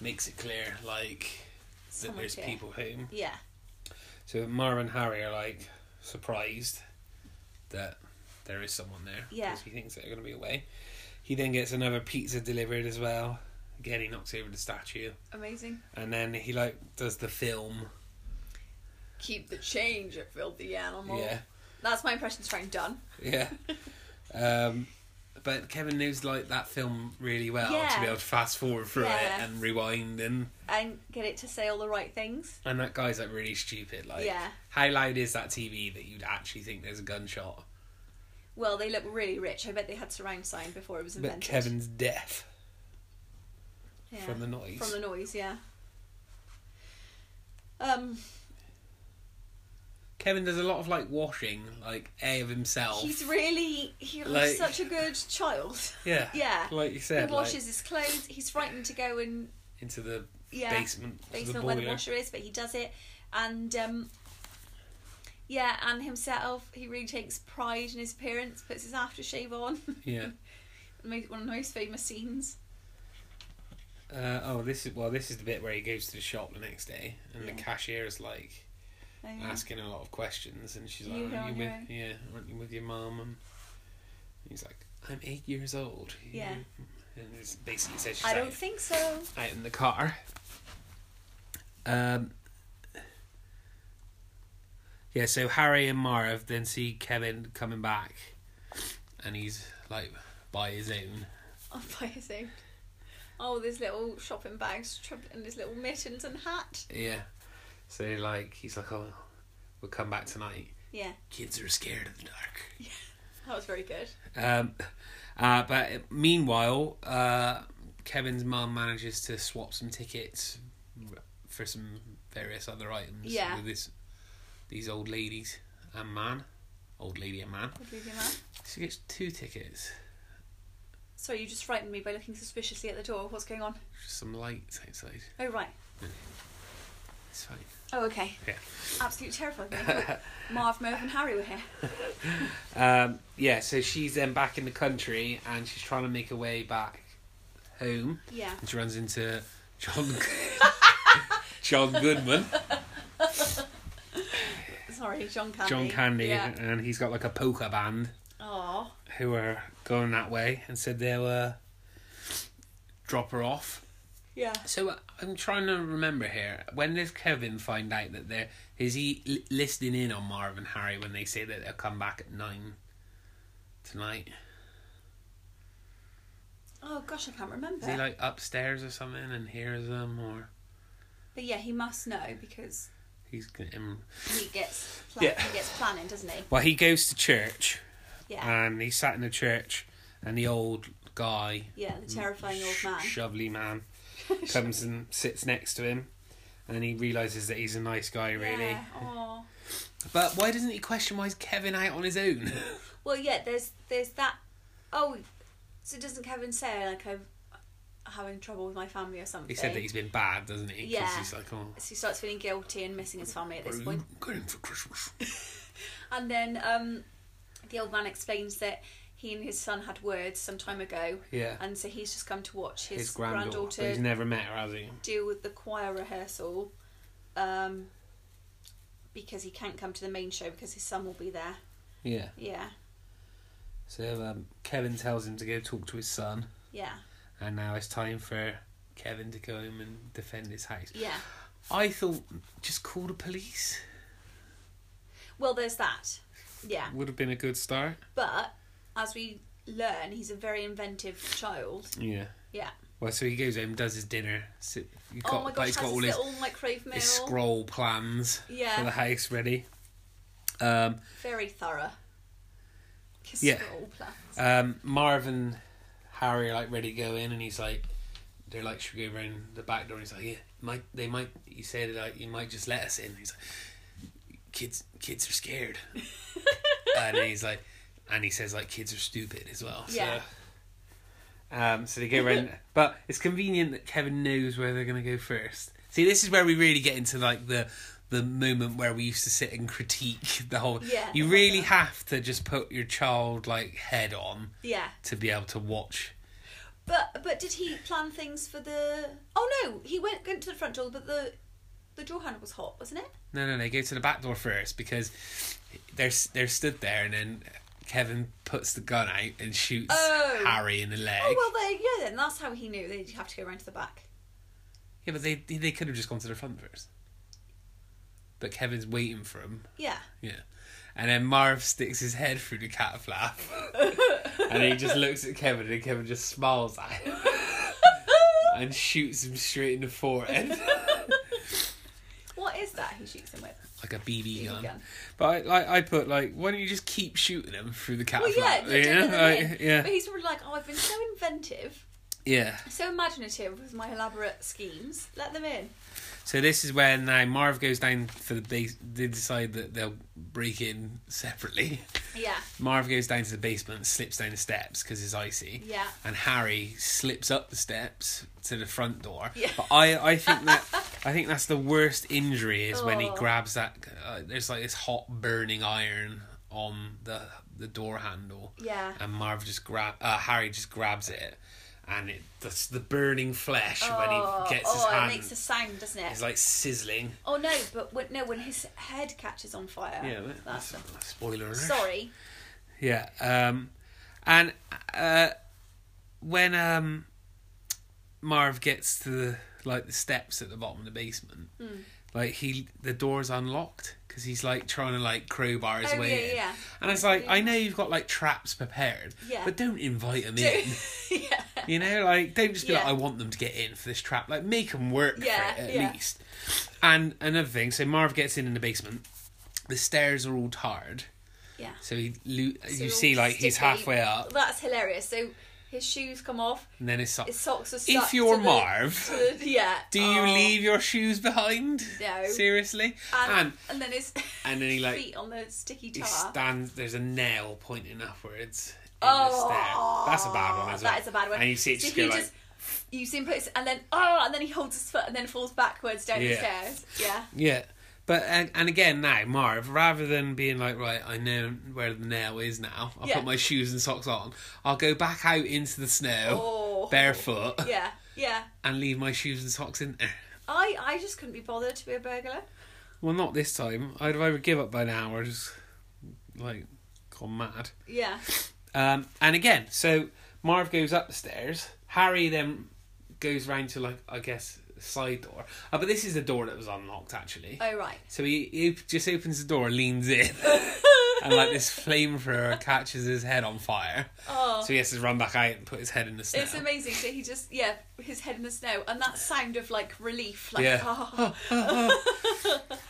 [SPEAKER 1] makes it clear like that
[SPEAKER 2] Someone
[SPEAKER 1] there's
[SPEAKER 2] here.
[SPEAKER 1] people home.
[SPEAKER 2] Yeah,
[SPEAKER 1] So Marv and Harry are like surprised that there is someone there.
[SPEAKER 2] Yeah.
[SPEAKER 1] Because he thinks they're going to be away. He then gets another pizza delivered as well. Again, he knocks over the statue.
[SPEAKER 2] amazing.
[SPEAKER 1] And then he like does the film.
[SPEAKER 2] Keep the change, you filthy animal.
[SPEAKER 1] Yeah.
[SPEAKER 2] That's my impression of Frank Dunn.
[SPEAKER 1] Yeah. um, but Kevin knows like that film really well to
[SPEAKER 2] Yeah.
[SPEAKER 1] be able to fast forward through
[SPEAKER 2] Yeah.
[SPEAKER 1] it and rewind and
[SPEAKER 2] And get it to say all the right things.
[SPEAKER 1] and that guy's like really stupid. Like,
[SPEAKER 2] Yeah.
[SPEAKER 1] how loud is that TV that you'd actually think there's a gunshot?
[SPEAKER 2] Well, they look really rich. I bet they had surround sound before it was
[SPEAKER 1] But
[SPEAKER 2] invented.
[SPEAKER 1] Kevin's deaf
[SPEAKER 2] Yeah.
[SPEAKER 1] from the noise.
[SPEAKER 2] From the noise, yeah. Um,
[SPEAKER 1] Kevin does a lot of like washing, like a of himself.
[SPEAKER 2] he's really he was
[SPEAKER 1] Like-
[SPEAKER 2] such a good child.
[SPEAKER 1] yeah,
[SPEAKER 2] yeah.
[SPEAKER 1] like you said,
[SPEAKER 2] he washes his clothes. He's frightened to go and
[SPEAKER 1] like, into the
[SPEAKER 2] yeah,
[SPEAKER 1] basement, to
[SPEAKER 2] basement
[SPEAKER 1] the
[SPEAKER 2] where
[SPEAKER 1] boiler.
[SPEAKER 2] the washer is, but he does it, and um, yeah, and himself, he really takes pride in his appearance, puts his aftershave on,
[SPEAKER 1] Yeah,
[SPEAKER 2] Mo- One of the most famous scenes.
[SPEAKER 1] Uh, oh, this is well. This is the bit where he goes to the shop the next day, and
[SPEAKER 2] Yeah.
[SPEAKER 1] the cashier is like
[SPEAKER 2] Um,
[SPEAKER 1] asking a lot of questions, and she's
[SPEAKER 2] You
[SPEAKER 1] like,
[SPEAKER 2] go
[SPEAKER 1] "Aren't
[SPEAKER 2] on
[SPEAKER 1] you
[SPEAKER 2] your
[SPEAKER 1] with
[SPEAKER 2] own."
[SPEAKER 1] yeah? Aren't you with your mum?" And he's like, "I'm eight years old."
[SPEAKER 2] Yeah.
[SPEAKER 1] And it's basically says she's
[SPEAKER 2] I
[SPEAKER 1] out,
[SPEAKER 2] don't think so.
[SPEAKER 1] out in the car. Um. Yeah, so Harry and Mara then see Kevin coming back, and he's like by his own.
[SPEAKER 2] I'll buy his own. Oh, with his little shopping bags trub- and his little mittens and hat.
[SPEAKER 1] Yeah. So like he's like, "Oh, we'll come back tonight."
[SPEAKER 2] Yeah,
[SPEAKER 1] Kids are scared of the dark.
[SPEAKER 2] that was very good.
[SPEAKER 1] Um, uh, but meanwhile, uh, Kevin's mum manages to swap some tickets for some various other items
[SPEAKER 2] Yeah.
[SPEAKER 1] with this these old ladies and man, old lady and man.
[SPEAKER 2] What do you think, man?
[SPEAKER 1] She gets two tickets,
[SPEAKER 2] Sorry, you just frightened me by looking suspiciously at the door. What's going on?
[SPEAKER 1] some lights outside.
[SPEAKER 2] Oh, right.
[SPEAKER 1] It's fine.
[SPEAKER 2] Oh, okay.
[SPEAKER 1] Yeah.
[SPEAKER 2] Absolutely terrified me. Marv, Merv, and Harry were here.
[SPEAKER 1] Um, yeah, so she's then back in the country and she's trying to make her way back home.
[SPEAKER 2] Yeah.
[SPEAKER 1] And she runs into John John Goodman,
[SPEAKER 2] Sorry, John Candy.
[SPEAKER 1] John Candy,
[SPEAKER 2] Yeah.
[SPEAKER 1] and he's got like a polka band
[SPEAKER 2] Aw.
[SPEAKER 1] who are going that way and said they'll uh, drop her off.
[SPEAKER 2] Yeah.
[SPEAKER 1] So uh, I'm trying to remember here. When does Kevin find out that they're is he l- listening in on Marv and Harry when they say that they'll come back at nine tonight?
[SPEAKER 2] Oh, gosh, I can't remember.
[SPEAKER 1] Is he like upstairs or something and hears them or
[SPEAKER 2] But yeah, he must know because
[SPEAKER 1] he's um,
[SPEAKER 2] he gets plan-
[SPEAKER 1] Yeah.
[SPEAKER 2] he gets planning, doesn't he?
[SPEAKER 1] well he goes to church
[SPEAKER 2] Yeah.
[SPEAKER 1] and he sat in the church and the old guy
[SPEAKER 2] yeah, the terrifying old
[SPEAKER 1] sh-
[SPEAKER 2] man.
[SPEAKER 1] Shovely man comes and sits next to him, and he realizes that he's a nice guy, really.
[SPEAKER 2] Yeah. Aw.
[SPEAKER 1] But why doesn't he question why is Kevin out on his own?
[SPEAKER 2] Well, yeah, there's there's that. Oh, so doesn't Kevin say like I'm having trouble with my family or something?
[SPEAKER 1] he said that he's been bad, doesn't he? 'Cause
[SPEAKER 2] Yeah.
[SPEAKER 1] He's like, oh,
[SPEAKER 2] So he starts feeling guilty and missing his family at this point.
[SPEAKER 1] I'm going for Christmas.
[SPEAKER 2] And then um, the old man explains that he and his son had words some time ago,
[SPEAKER 1] Yeah.
[SPEAKER 2] and so he's just come to watch his,
[SPEAKER 1] His, granddaughter. But he's
[SPEAKER 2] granddaughter
[SPEAKER 1] never met her, has he?
[SPEAKER 2] do with the choir rehearsal, um, because he can't come to the main show because his son will be there.
[SPEAKER 1] Yeah.
[SPEAKER 2] Yeah,
[SPEAKER 1] So um, Kevin tells him to go talk to his son,
[SPEAKER 2] yeah,
[SPEAKER 1] and now it's time for Kevin to go home and defend his house.
[SPEAKER 2] yeah.
[SPEAKER 1] I thought, just call the police
[SPEAKER 2] Well, there's that. Yeah.
[SPEAKER 1] would have been a good start.
[SPEAKER 2] But as we learn, he's a very inventive child.
[SPEAKER 1] Yeah.
[SPEAKER 2] Yeah.
[SPEAKER 1] Well, so he goes home, does his dinner. Sit, he got,
[SPEAKER 2] oh my
[SPEAKER 1] but
[SPEAKER 2] gosh,
[SPEAKER 1] he's
[SPEAKER 2] has
[SPEAKER 1] got
[SPEAKER 2] his
[SPEAKER 1] all his,
[SPEAKER 2] little microwave meal.
[SPEAKER 1] his scroll plans for the
[SPEAKER 2] yeah,
[SPEAKER 1] house ready. Um,
[SPEAKER 2] very thorough. His
[SPEAKER 1] Yeah.
[SPEAKER 2] scroll plans.
[SPEAKER 1] um, Marv and Harry are like ready to go in, and he's like, they're like, should we go around the back door? And he's like, yeah, might they might? He said like, you might just let us in. He's like, kids, kids are scared, and he's like, and he says like, kids are stupid as well.
[SPEAKER 2] Yeah.
[SPEAKER 1] So, um, so they go around, but it's convenient that Kevin knows where they're gonna go first. See, this is where we really get into like the the moment where we used to sit and critique the whole.
[SPEAKER 2] Yeah,
[SPEAKER 1] you
[SPEAKER 2] the
[SPEAKER 1] really
[SPEAKER 2] whole-
[SPEAKER 1] have to just put your child like head on
[SPEAKER 2] Yeah,
[SPEAKER 1] to be able to watch.
[SPEAKER 2] but but did he plan things for the? Oh no, he went went to the front door, but the the door handle was hot, wasn't it?
[SPEAKER 1] No, no, no. Go to the back door first because they're they're stood there, and then Kevin puts the gun out and shoots
[SPEAKER 2] Oh.
[SPEAKER 1] Harry in the leg.
[SPEAKER 2] Oh well, there yeah. Then that's how he knew they'd have to go round to the back.
[SPEAKER 1] Yeah, but they they could have just gone to the front first. But Kevin's waiting for him.
[SPEAKER 2] Yeah,
[SPEAKER 1] Yeah. And then Marv sticks his head through the cat flap. and he just looks at Kevin and Kevin just smiles at him. and shoots him straight in the forehead.
[SPEAKER 2] what is that he shoots him with?
[SPEAKER 1] like a BB gun.
[SPEAKER 2] gun.
[SPEAKER 1] But I, like, I put like, why don't you just keep shooting him through the cat
[SPEAKER 2] Well, yeah,
[SPEAKER 1] flap?
[SPEAKER 2] don't let them
[SPEAKER 1] like,
[SPEAKER 2] in.
[SPEAKER 1] yeah,
[SPEAKER 2] But he's really like, oh, I've been so inventive,
[SPEAKER 1] yeah.
[SPEAKER 2] so imaginative with my elaborate schemes. Let them in.
[SPEAKER 1] So this is when now Marv goes down for the base. They decide that they'll break in separately.
[SPEAKER 2] Yeah,
[SPEAKER 1] Marv goes down to the basement, slips down the steps because it's icy.
[SPEAKER 2] yeah.
[SPEAKER 1] And Harry slips up the steps to the front door.
[SPEAKER 2] Yeah.
[SPEAKER 1] But I, I think that I think that's the worst injury is when he
[SPEAKER 2] Oh.
[SPEAKER 1] grabs that. Uh, there's like this hot burning iron on the the door handle,
[SPEAKER 2] Yeah.
[SPEAKER 1] and Marv just grab uh, Harry just grabs it, and it the, the burning flesh when
[SPEAKER 2] Oh,
[SPEAKER 1] he gets his
[SPEAKER 2] oh,
[SPEAKER 1] hand
[SPEAKER 2] it makes a sound, doesn't it?
[SPEAKER 1] is like sizzling.
[SPEAKER 2] oh no, but when, no, when his head catches on fire. Oh, that's.
[SPEAKER 1] that's spoiler alert.
[SPEAKER 2] Sorry.
[SPEAKER 1] Yeah. Um, and uh, when um, Marv gets to the, like the steps at the bottom of the basement,
[SPEAKER 2] Hmm.
[SPEAKER 1] like he the door's unlocked because he's like trying to like crowbar his
[SPEAKER 2] Oh,
[SPEAKER 1] way
[SPEAKER 2] yeah,
[SPEAKER 1] in.
[SPEAKER 2] yeah.
[SPEAKER 1] And it's like I know you've got like traps prepared,
[SPEAKER 2] Yeah.
[SPEAKER 1] but don't invite them in.
[SPEAKER 2] yeah.
[SPEAKER 1] You know, like don't just be like,
[SPEAKER 2] Yeah.
[SPEAKER 1] I want them to get in for this trap. Like make them work
[SPEAKER 2] Yeah,
[SPEAKER 1] for it at
[SPEAKER 2] yeah.
[SPEAKER 1] least. And another thing, so Marv gets in in the basement. The stairs are all tarred,
[SPEAKER 2] Yeah.
[SPEAKER 1] so he lo-
[SPEAKER 2] So
[SPEAKER 1] you
[SPEAKER 2] all
[SPEAKER 1] see like he's
[SPEAKER 2] sticky.
[SPEAKER 1] halfway up,
[SPEAKER 2] That's hilarious. So his shoes come off,
[SPEAKER 1] and then his sock.
[SPEAKER 2] his socks are stuck.
[SPEAKER 1] If you're
[SPEAKER 2] to the-
[SPEAKER 1] Marv,
[SPEAKER 2] to the- yeah.
[SPEAKER 1] do you
[SPEAKER 2] Oh.
[SPEAKER 1] leave your shoes behind?
[SPEAKER 2] No.
[SPEAKER 1] Seriously.
[SPEAKER 2] And,
[SPEAKER 1] And,
[SPEAKER 2] and, then his
[SPEAKER 1] and then he, like-
[SPEAKER 2] feet on the sticky
[SPEAKER 1] he
[SPEAKER 2] tar.
[SPEAKER 1] stands. There's a nail pointing upwards. In
[SPEAKER 2] Oh,
[SPEAKER 1] the stair. that's a bad one as well.
[SPEAKER 2] That is a bad one.
[SPEAKER 1] And you see it
[SPEAKER 2] So
[SPEAKER 1] just
[SPEAKER 2] he
[SPEAKER 1] go like.
[SPEAKER 2] you see him put his, and then oh, and then he holds his foot and then falls backwards down the
[SPEAKER 1] Yeah.
[SPEAKER 2] stairs. Yeah.
[SPEAKER 1] Yeah. But and, and again now, Marv, rather than being like, right, I know where the nail is now. I'll
[SPEAKER 2] Yeah.
[SPEAKER 1] put my shoes and socks on. I'll go back out into the snow
[SPEAKER 2] Oh.
[SPEAKER 1] barefoot
[SPEAKER 2] Yeah. Yeah.
[SPEAKER 1] and leave my shoes and socks in there.
[SPEAKER 2] I I just couldn't be bothered to be a burglar.
[SPEAKER 1] Well, not this time. I'd either give up by now or just like gone mad.
[SPEAKER 2] Yeah.
[SPEAKER 1] Um, and again, so Marv goes up the stairs. Harry then goes round to like I guess a side door. Uh, but this is the door that was unlocked actually.
[SPEAKER 2] Oh right.
[SPEAKER 1] So he, he just opens the door, leans in, and like this flamethrower catches his head on fire.
[SPEAKER 2] Oh.
[SPEAKER 1] So he has to run back out and put his head in the snow.
[SPEAKER 2] It's amazing. So he just yeah, his head in the snow, and that sound of like relief, like
[SPEAKER 1] Yeah.
[SPEAKER 2] oh,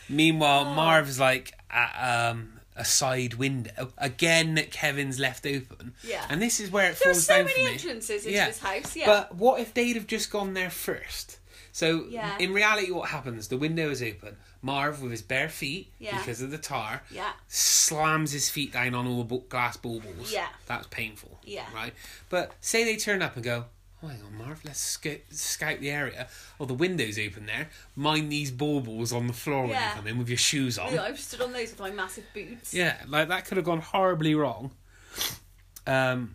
[SPEAKER 1] Meanwhile, Marv's like at um, a side window again that Kevin's left open.
[SPEAKER 2] Yeah.
[SPEAKER 1] And this is where it
[SPEAKER 2] there are
[SPEAKER 1] falls
[SPEAKER 2] so
[SPEAKER 1] down for
[SPEAKER 2] many
[SPEAKER 1] me.
[SPEAKER 2] entrances into
[SPEAKER 1] Yeah.
[SPEAKER 2] this house. Yeah.
[SPEAKER 1] But what if they'd have just gone there first? So
[SPEAKER 2] Yeah.
[SPEAKER 1] in reality, what happens? The window is open. Marv, with his bare feet
[SPEAKER 2] Yeah.
[SPEAKER 1] because of the tar,
[SPEAKER 2] yeah.
[SPEAKER 1] slams his feet down on all the bu- glass baubles.
[SPEAKER 2] Yeah.
[SPEAKER 1] That's painful.
[SPEAKER 2] Yeah.
[SPEAKER 1] Right? But say they turn up and go, oh, hang on, Marv, let's scout, scout the area. Oh, the window's open there. Mind these baubles on the floor when you
[SPEAKER 2] Yeah.
[SPEAKER 1] come in with your shoes on.
[SPEAKER 2] Look, I've stood on those with my massive boots.
[SPEAKER 1] Yeah, like that could have gone horribly wrong. Um,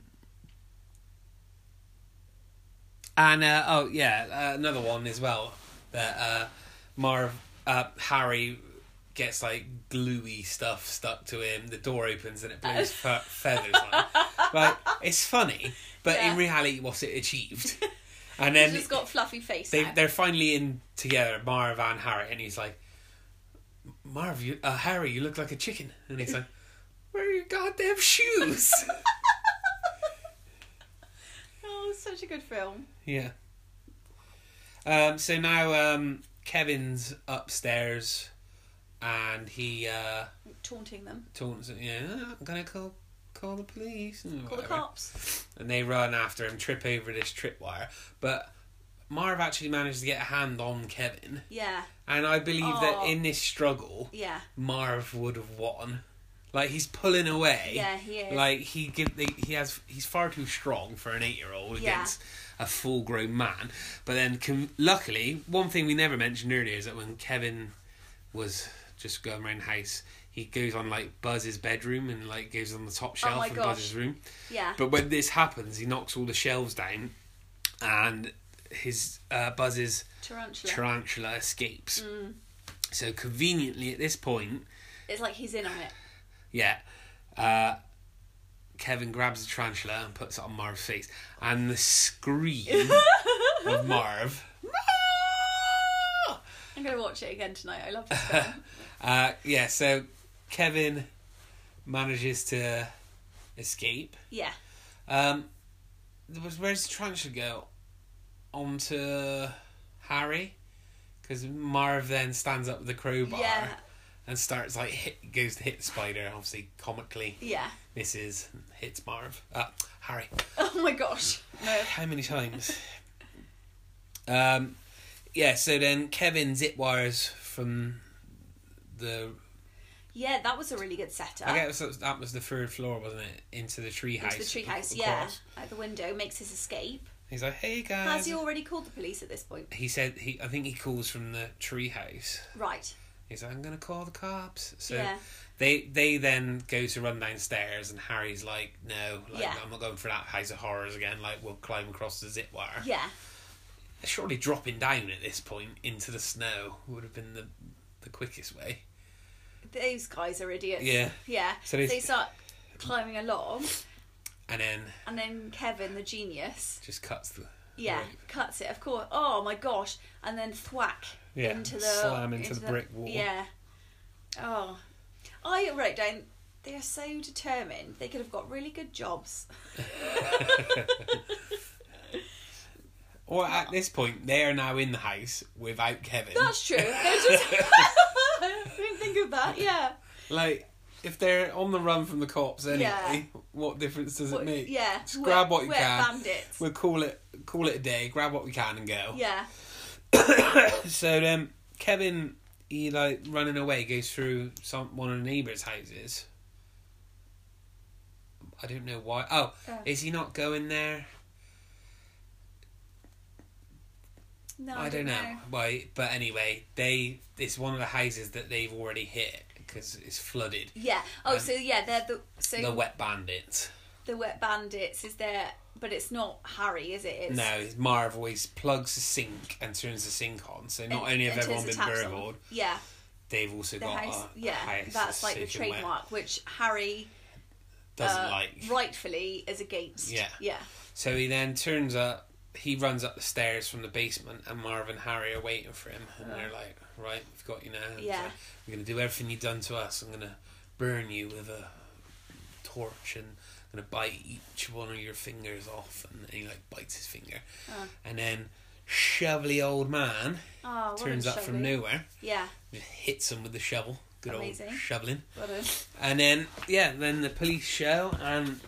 [SPEAKER 1] and uh, oh yeah, uh, another one as well that uh, Marv uh, Harry gets like gluey stuff stuck to him. The door opens and it blows fe- feathers on. him. Like it's funny, but in
[SPEAKER 2] Yeah.
[SPEAKER 1] reality, what's it achieved? And
[SPEAKER 2] He's
[SPEAKER 1] then
[SPEAKER 2] just got fluffy face.
[SPEAKER 1] they
[SPEAKER 2] now.
[SPEAKER 1] they're finally in together, Marv and Harry, and he's like, Marv, you, uh, Harry, you look like a chicken, and he's like, where are your goddamn shoes?
[SPEAKER 2] Oh, it's such a good film.
[SPEAKER 1] yeah. Um. So now, um, Kevin's upstairs, and he uh
[SPEAKER 2] Taunting them.
[SPEAKER 1] taunts, yeah, I'm gonna call call the police. and
[SPEAKER 2] Call the
[SPEAKER 1] whatever.
[SPEAKER 2] cops.
[SPEAKER 1] and they run after him, trip over this tripwire, but. Marv actually managed to get a hand on Kevin,
[SPEAKER 2] Yeah.
[SPEAKER 1] and I believe that
[SPEAKER 2] Aw.
[SPEAKER 1] in this struggle,
[SPEAKER 2] Yeah.
[SPEAKER 1] Marv would have won. Like he's pulling away.
[SPEAKER 2] Yeah, he is.
[SPEAKER 1] Like he give they, he has he's far too strong for an eight year old
[SPEAKER 2] Yeah.
[SPEAKER 1] against a full grown man. But then com- luckily, one thing we never mentioned earlier is that when Kevin was just going around the house, he goes on like Buzz's bedroom and like goes on the top shelf
[SPEAKER 2] Oh my
[SPEAKER 1] in
[SPEAKER 2] gosh.
[SPEAKER 1] Buzz's room.
[SPEAKER 2] Yeah.
[SPEAKER 1] But when this happens, he knocks all the shelves down, and his uh, Buzz's
[SPEAKER 2] Tarantula. Mm.
[SPEAKER 1] tarantula escapes. So conveniently, at this point,
[SPEAKER 2] it's like he's in on it.
[SPEAKER 1] yeah. Uh, Kevin grabs the tarantula and puts it on Marv's face, and the scream of Marv
[SPEAKER 2] I'm going to watch it again tonight. I love this film.
[SPEAKER 1] Uh, yeah, so Kevin manages to escape.
[SPEAKER 2] yeah.
[SPEAKER 1] Um, there was- where's the tarantula go? Onto Harry, because Marv then stands up with the crowbar
[SPEAKER 2] Yeah.
[SPEAKER 1] and starts like hit, goes to hit the spider. Obviously, comically
[SPEAKER 2] Yeah.
[SPEAKER 1] misses, hits Marv. Uh, Harry.
[SPEAKER 2] Oh my gosh. No.
[SPEAKER 1] How many times? um, yeah. So then Kevin zip wires from the.
[SPEAKER 2] Yeah, that was a really good setup.
[SPEAKER 1] I guess that was- that was the third floor, wasn't it? Into the treehouse.
[SPEAKER 2] Into the treehouse. Yeah. Out the window. Makes his escape.
[SPEAKER 1] He's like, "Hey guys."
[SPEAKER 2] Has he already called the police at this point?
[SPEAKER 1] he said he. I think he calls from the treehouse.
[SPEAKER 2] Right.
[SPEAKER 1] He's like, "I'm gonna call the cops." So
[SPEAKER 2] Yeah.
[SPEAKER 1] They they then go to run downstairs, and Harry's like, "No, like,
[SPEAKER 2] Yeah.
[SPEAKER 1] I'm not going for that house of horrors again. Like, we'll climb across the zip wire."
[SPEAKER 2] Yeah.
[SPEAKER 1] Surely dropping down at this point into the snow would have been the the quickest way.
[SPEAKER 2] Those guys are idiots.
[SPEAKER 1] Yeah.
[SPEAKER 2] Yeah.
[SPEAKER 1] So
[SPEAKER 2] So
[SPEAKER 1] they-
[SPEAKER 2] they start climbing along,
[SPEAKER 1] And then
[SPEAKER 2] and then Kevin, the genius,
[SPEAKER 1] just cuts the
[SPEAKER 2] yeah,
[SPEAKER 1] rope.
[SPEAKER 2] cuts it. Of course. Oh my gosh! And then thwack
[SPEAKER 1] Yeah,
[SPEAKER 2] into the
[SPEAKER 1] slam into the brick wall.
[SPEAKER 2] Yeah. Oh, I wrote down. They are so determined. They could have got really good jobs.
[SPEAKER 1] Or at this point, they are now in the house without Kevin.
[SPEAKER 2] That's true. They're just. I didn't think of that. Yeah.
[SPEAKER 1] Like, if they're on the run from the cops anyway,
[SPEAKER 2] Yeah.
[SPEAKER 1] what difference does
[SPEAKER 2] What-
[SPEAKER 1] it make?
[SPEAKER 2] yeah.
[SPEAKER 1] Just
[SPEAKER 2] We're-
[SPEAKER 1] grab what you
[SPEAKER 2] we're
[SPEAKER 1] can.
[SPEAKER 2] bandits.
[SPEAKER 1] We'll call it call it a day. Grab what we can and go.
[SPEAKER 2] Yeah.
[SPEAKER 1] So then Kevin, he like running away, goes through some one of the neighbours' houses. I don't know why. Oh,
[SPEAKER 2] Oh.
[SPEAKER 1] is he not going there?
[SPEAKER 2] No,
[SPEAKER 1] I, don't know. why. But anyway, they it's one of the houses that they've already hit because it's flooded.
[SPEAKER 2] Yeah. Oh,
[SPEAKER 1] Um,
[SPEAKER 2] so yeah, they're the so
[SPEAKER 1] The wet bandits.
[SPEAKER 2] the wet bandits is there, but it's not Harry, is it? It's,
[SPEAKER 1] No, it's Marv always plugs the sink and turns the sink on. So not
[SPEAKER 2] and-
[SPEAKER 1] only have
[SPEAKER 2] and
[SPEAKER 1] everyone
[SPEAKER 2] turns
[SPEAKER 1] been
[SPEAKER 2] the taps on.
[SPEAKER 1] burgled,
[SPEAKER 2] Yeah,
[SPEAKER 1] they've also
[SPEAKER 2] the
[SPEAKER 1] got
[SPEAKER 2] house.
[SPEAKER 1] a
[SPEAKER 2] yeah,
[SPEAKER 1] house
[SPEAKER 2] that's like the
[SPEAKER 1] soaking wet.
[SPEAKER 2] trademark, which Harry
[SPEAKER 1] Doesn't
[SPEAKER 2] uh,
[SPEAKER 1] like.
[SPEAKER 2] rightfully is against.
[SPEAKER 1] Yeah.
[SPEAKER 2] yeah,
[SPEAKER 1] So he then turns up. He runs up the stairs from the basement, and Marv and Harry are waiting for him. And they're like, "Right, we've got you now. And,
[SPEAKER 2] Uh-huh. Yeah.
[SPEAKER 1] uh, I'm gonna do everything you've done to us. I'm gonna burn you with a torch, and I'm gonna bite each one of your fingers off." And, and he like bites his finger,
[SPEAKER 2] Oh.
[SPEAKER 1] and then shovely old man
[SPEAKER 2] oh, what
[SPEAKER 1] turns
[SPEAKER 2] a
[SPEAKER 1] up from
[SPEAKER 2] shovely.
[SPEAKER 1] nowhere,
[SPEAKER 2] Yeah,
[SPEAKER 1] just hits him with the shovel. Good
[SPEAKER 2] Amazing.
[SPEAKER 1] old shoveling.
[SPEAKER 2] what a,
[SPEAKER 1] And then yeah, then the police show and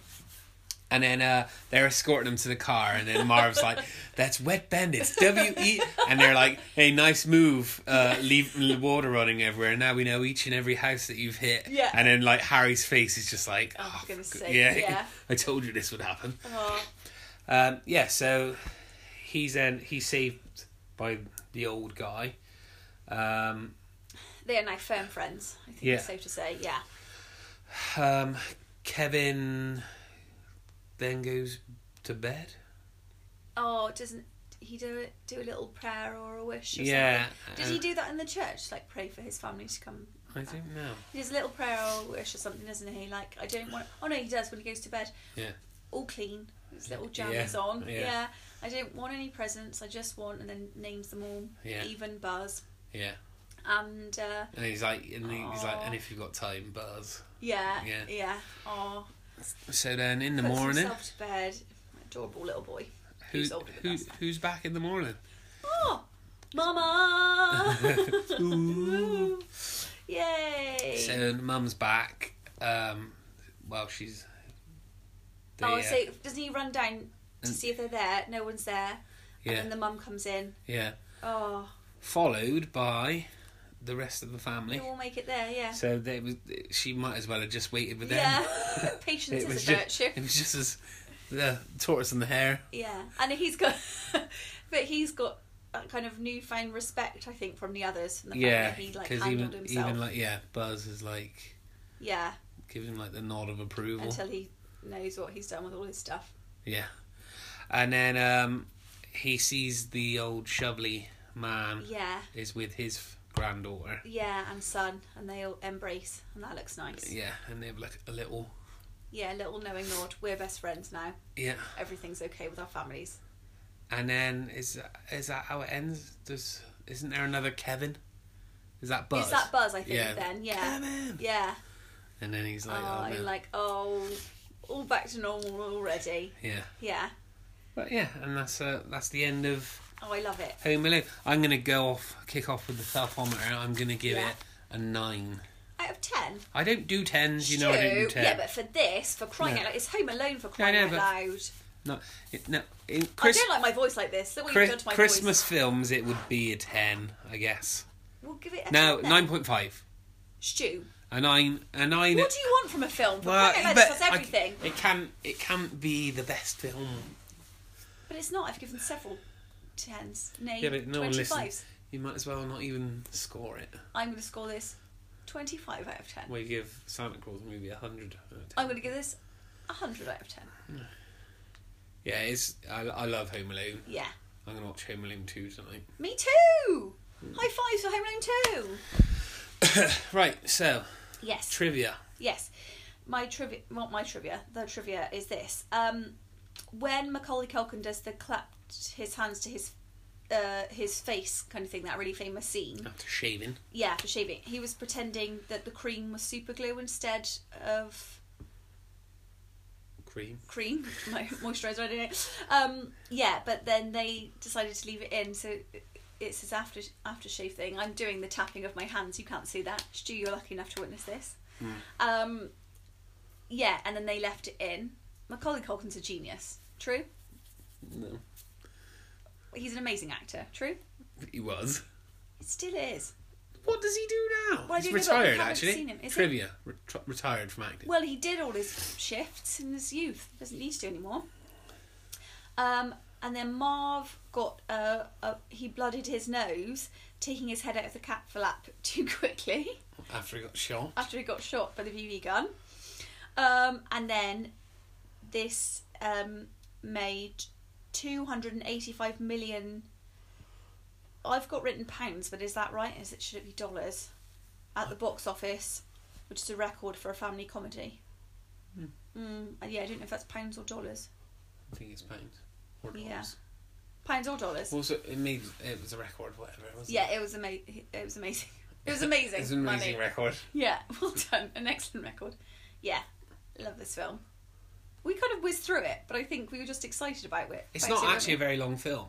[SPEAKER 1] and then uh, they're escorting him to the car and then Marv's like, That's wet bandits, W E and they're like, Hey, nice move, uh, leave the water running everywhere now we know each and every house that you've hit.
[SPEAKER 2] Yeah.
[SPEAKER 1] And then like Harry's face is just like
[SPEAKER 2] Oh, for
[SPEAKER 1] "Oh,
[SPEAKER 2] goodness
[SPEAKER 1] good-
[SPEAKER 2] sake, yeah.
[SPEAKER 1] I told you this would happen.
[SPEAKER 2] oh,
[SPEAKER 1] Um, yeah, so he's then he's saved by the old guy. Um,
[SPEAKER 2] they are now firm friends. I think
[SPEAKER 1] Yeah.
[SPEAKER 2] it's safe to say. Yeah,
[SPEAKER 1] Um, Kevin then goes to bed.
[SPEAKER 2] oh, doesn't he do it? Do a little prayer or a wish? Or
[SPEAKER 1] Yeah,
[SPEAKER 2] something?
[SPEAKER 1] uh,
[SPEAKER 2] did he do that in the church? Like pray for his family to come.
[SPEAKER 1] I don't know.
[SPEAKER 2] He does a little prayer or wish or something, doesn't he? Like, I don't want. Oh no, he does when he goes to bed.
[SPEAKER 1] Yeah.
[SPEAKER 2] All clean, his little jammies
[SPEAKER 1] Yeah,
[SPEAKER 2] on.
[SPEAKER 1] yeah.
[SPEAKER 2] Yeah. I don't want any presents. I just want, and then names them all.
[SPEAKER 1] Yeah.
[SPEAKER 2] Even Buzz.
[SPEAKER 1] Yeah,
[SPEAKER 2] And uh,
[SPEAKER 1] and he's like, and he- he's like,
[SPEAKER 2] Aw.
[SPEAKER 1] and if you've got time, buzz.
[SPEAKER 2] yeah,
[SPEAKER 1] Yeah.
[SPEAKER 2] yeah, Oh,
[SPEAKER 1] So then in the
[SPEAKER 2] puts
[SPEAKER 1] morning,
[SPEAKER 2] himself to bed. Adorable little boy.
[SPEAKER 1] who,
[SPEAKER 2] Who's older
[SPEAKER 1] who,
[SPEAKER 2] than us?
[SPEAKER 1] who's back in the morning?
[SPEAKER 2] Oh, Mama!
[SPEAKER 1] Ooh.
[SPEAKER 2] Yay!
[SPEAKER 1] So mum's back. Um, well, she's. they,
[SPEAKER 2] oh,
[SPEAKER 1] uh,
[SPEAKER 2] so doesn't he run down to
[SPEAKER 1] and-
[SPEAKER 2] see if they're there? No one's there.
[SPEAKER 1] yeah,
[SPEAKER 2] And then the mum comes in.
[SPEAKER 1] yeah.
[SPEAKER 2] Oh,
[SPEAKER 1] Followed by the rest of the
[SPEAKER 2] they
[SPEAKER 1] family.
[SPEAKER 2] all make it there, yeah.
[SPEAKER 1] So they was, she might as well have just waited with them.
[SPEAKER 2] Yeah, patience
[SPEAKER 1] it
[SPEAKER 2] is a
[SPEAKER 1] was just,
[SPEAKER 2] virtue.
[SPEAKER 1] it was just as the tortoise and the hare.
[SPEAKER 2] Yeah, and he's got, but he's got that kind of newfound respect, I think, from the others, from the
[SPEAKER 1] Yeah,
[SPEAKER 2] fact that he like
[SPEAKER 1] because
[SPEAKER 2] handled
[SPEAKER 1] even
[SPEAKER 2] himself.
[SPEAKER 1] even like yeah, Buzz is like
[SPEAKER 2] yeah,
[SPEAKER 1] gives him like the nod of approval.
[SPEAKER 2] until he knows what he's done with all his stuff.
[SPEAKER 1] yeah, and then um, he sees the old shovely man
[SPEAKER 2] Yeah,
[SPEAKER 1] is with his granddaughter.
[SPEAKER 2] yeah, and son, and they all embrace, and that looks nice.
[SPEAKER 1] Yeah, and they have like a little
[SPEAKER 2] Yeah, little knowing nod. We're best friends now.
[SPEAKER 1] yeah,
[SPEAKER 2] Everything's okay with our families.
[SPEAKER 1] and then is is that how it ends? There's isn't there another Kevin? Is that Buzz?
[SPEAKER 2] Is that Buzz? I think
[SPEAKER 1] Yeah.
[SPEAKER 2] then, yeah,
[SPEAKER 1] Kevin?
[SPEAKER 2] yeah.
[SPEAKER 1] And then he's like,
[SPEAKER 2] oh,
[SPEAKER 1] oh,
[SPEAKER 2] and
[SPEAKER 1] no.
[SPEAKER 2] like oh, all back to normal already.
[SPEAKER 1] yeah,
[SPEAKER 2] Yeah.
[SPEAKER 1] but yeah, and that's uh, that's the end of
[SPEAKER 2] Oh, I love it.
[SPEAKER 1] Home Alone. I'm gonna go off, kick off with the selfometer. I'm gonna give
[SPEAKER 2] Yeah.
[SPEAKER 1] it a nine.
[SPEAKER 2] Out of ten.
[SPEAKER 1] I don't do tens, you know. I don't do
[SPEAKER 2] Stu, Yeah,
[SPEAKER 1] tens.
[SPEAKER 2] but for this, for crying
[SPEAKER 1] No.
[SPEAKER 2] out loud, it's Home Alone for crying
[SPEAKER 1] know,
[SPEAKER 2] out
[SPEAKER 1] but
[SPEAKER 2] loud.
[SPEAKER 1] no, it- no. In Chris,
[SPEAKER 2] I don't like my voice like this. Look what
[SPEAKER 1] Chris-
[SPEAKER 2] you've done to my
[SPEAKER 1] Christmas
[SPEAKER 2] voice.
[SPEAKER 1] films, it would be a ten, I guess.
[SPEAKER 2] We'll give it a
[SPEAKER 1] No,
[SPEAKER 2] ten then.
[SPEAKER 1] nine point five.
[SPEAKER 2] Stu,
[SPEAKER 1] A nine. A nine.
[SPEAKER 2] what do you want from a film? For
[SPEAKER 1] Well,
[SPEAKER 2] crying out loud,
[SPEAKER 1] but
[SPEAKER 2] it does
[SPEAKER 1] I-
[SPEAKER 2] everything.
[SPEAKER 1] it can. It can't be the best film.
[SPEAKER 2] But it's not. I've given several tens, nay,
[SPEAKER 1] Yeah, but no one listens.
[SPEAKER 2] 25s.
[SPEAKER 1] You might as well not even score it.
[SPEAKER 2] I'm going to score this 25 out of 10.
[SPEAKER 1] We give Santa Claus movie a hundred. out of 10.
[SPEAKER 2] I'm going to give this 100 out of 10.
[SPEAKER 1] Yeah, it's. I, I love Home Alone.
[SPEAKER 2] Yeah.
[SPEAKER 1] I'm gonna watch Home Alone two tonight.
[SPEAKER 2] Me too! High fives for Home Alone
[SPEAKER 1] Right, so
[SPEAKER 2] 2! Yes.
[SPEAKER 1] trivia.
[SPEAKER 2] Yes. My trivia, not my trivia, the trivia is this. Um, when Macaulay Culkin does the clapped his hands to his uh, his face kind of thing, that really famous scene.
[SPEAKER 1] After shaving,
[SPEAKER 2] Yeah, for shaving. He was pretending that the cream was super glue instead of
[SPEAKER 1] cream.
[SPEAKER 2] cream, my moisturizer, I don't know. Um, yeah, but then they decided to leave it in, so it's his after aftershave thing. I'm doing the tapping of my hands. You can't see that. Stu, you're lucky enough to witness this. Um, yeah, and then they left it in. Macaulay Culkin's a genius. True.
[SPEAKER 1] No,
[SPEAKER 2] He's an amazing actor. True.
[SPEAKER 1] he was.
[SPEAKER 2] It still is.
[SPEAKER 1] What does he do now?
[SPEAKER 2] Well, I
[SPEAKER 1] He's
[SPEAKER 2] do know, but we
[SPEAKER 1] retired,
[SPEAKER 2] haven't
[SPEAKER 1] actually.
[SPEAKER 2] seen him, is he?
[SPEAKER 1] Trivia. Ret- retired from acting.
[SPEAKER 2] Well, he did all his shifts in his youth. Doesn't need to do anymore. Um, and then Marv got uh, uh, he blooded his nose, taking his head out of the cat flap too quickly
[SPEAKER 1] After he got shot.
[SPEAKER 2] after he got shot by the BB gun. Um, and then this um, made two hundred and eighty-five million. I've got written pounds, but is that right? Is it should it be dollars at the box office, which is a record for a family comedy?
[SPEAKER 1] Hmm.
[SPEAKER 2] Mm, and yeah, I don't know if that's pounds or dollars.
[SPEAKER 1] I think it's pounds. Or
[SPEAKER 2] Yeah.
[SPEAKER 1] dollars.
[SPEAKER 2] Pounds or dollars?
[SPEAKER 1] Also, it made it was a record, whatever. Wasn't
[SPEAKER 2] yeah,
[SPEAKER 1] it?
[SPEAKER 2] it was ama- It was amazing. It was amazing.
[SPEAKER 1] It's an amazing
[SPEAKER 2] money.
[SPEAKER 1] record.
[SPEAKER 2] Yeah, well done. An excellent record. Yeah, love this film. We kind of whizzed through it, but I think we were just excited about it.
[SPEAKER 1] It's
[SPEAKER 2] about
[SPEAKER 1] not
[SPEAKER 2] it, weren't
[SPEAKER 1] actually a
[SPEAKER 2] we?
[SPEAKER 1] very long film.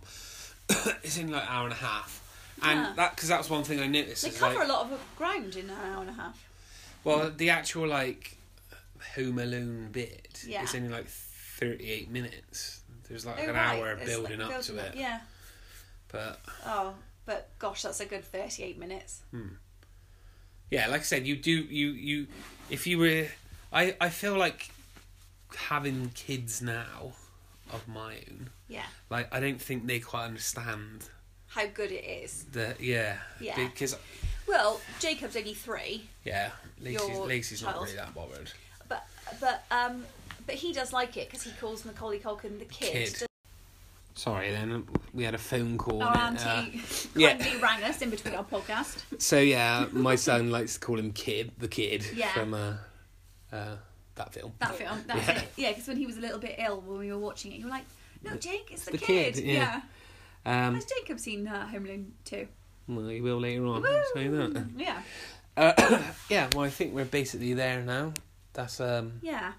[SPEAKER 1] it's in like an hour and a half. And
[SPEAKER 2] Yeah.
[SPEAKER 1] that because that's one thing I noticed.
[SPEAKER 2] They
[SPEAKER 1] is,
[SPEAKER 2] cover
[SPEAKER 1] like,
[SPEAKER 2] a lot of ground in an hour and a half.
[SPEAKER 1] Well, the actual like Home Alone bit
[SPEAKER 2] Yeah.
[SPEAKER 1] is only like thirty-eight minutes. There's like an
[SPEAKER 2] Oh, right,
[SPEAKER 1] hour
[SPEAKER 2] there's,
[SPEAKER 1] building
[SPEAKER 2] like,
[SPEAKER 1] up to
[SPEAKER 2] building
[SPEAKER 1] it,
[SPEAKER 2] Yeah.
[SPEAKER 1] but
[SPEAKER 2] Oh, but gosh, that's a good thirty-eight minutes.
[SPEAKER 1] yeah, like I said, you do you you if you were, I I feel like having kids now of my own.
[SPEAKER 2] Yeah.
[SPEAKER 1] Like I don't think they quite understand
[SPEAKER 2] How good it is.
[SPEAKER 1] the yeah
[SPEAKER 2] Yeah.
[SPEAKER 1] because
[SPEAKER 2] Well, Jacob's only three,
[SPEAKER 1] yeah Lacey's,
[SPEAKER 2] Your
[SPEAKER 1] Lacey's not
[SPEAKER 2] child.
[SPEAKER 1] really that bothered.
[SPEAKER 2] but but um, but he does like it because he calls Macaulay Culkin the kid.
[SPEAKER 1] Kid. Sorry, then we had a phone call.
[SPEAKER 2] Our
[SPEAKER 1] and it, uh,
[SPEAKER 2] auntie
[SPEAKER 1] yeah.
[SPEAKER 2] kindly rang us in between our podcast.
[SPEAKER 1] So yeah, my son likes to call him Kid, the Kid
[SPEAKER 2] Yeah.
[SPEAKER 1] from uh, uh, that film.
[SPEAKER 2] That film, that's
[SPEAKER 1] Yeah.
[SPEAKER 2] it. Yeah, because when he was a little bit ill when we were watching it, you were like, "No, Jake, it's the,
[SPEAKER 1] the
[SPEAKER 2] kid."
[SPEAKER 1] kid, yeah. Um,
[SPEAKER 2] Has Jacob seen uh, Home Alone too?
[SPEAKER 1] well, he will later on. I'll say that.
[SPEAKER 2] Yeah,
[SPEAKER 1] Uh, yeah, well, I think we're basically there now. That's um,
[SPEAKER 2] yeah.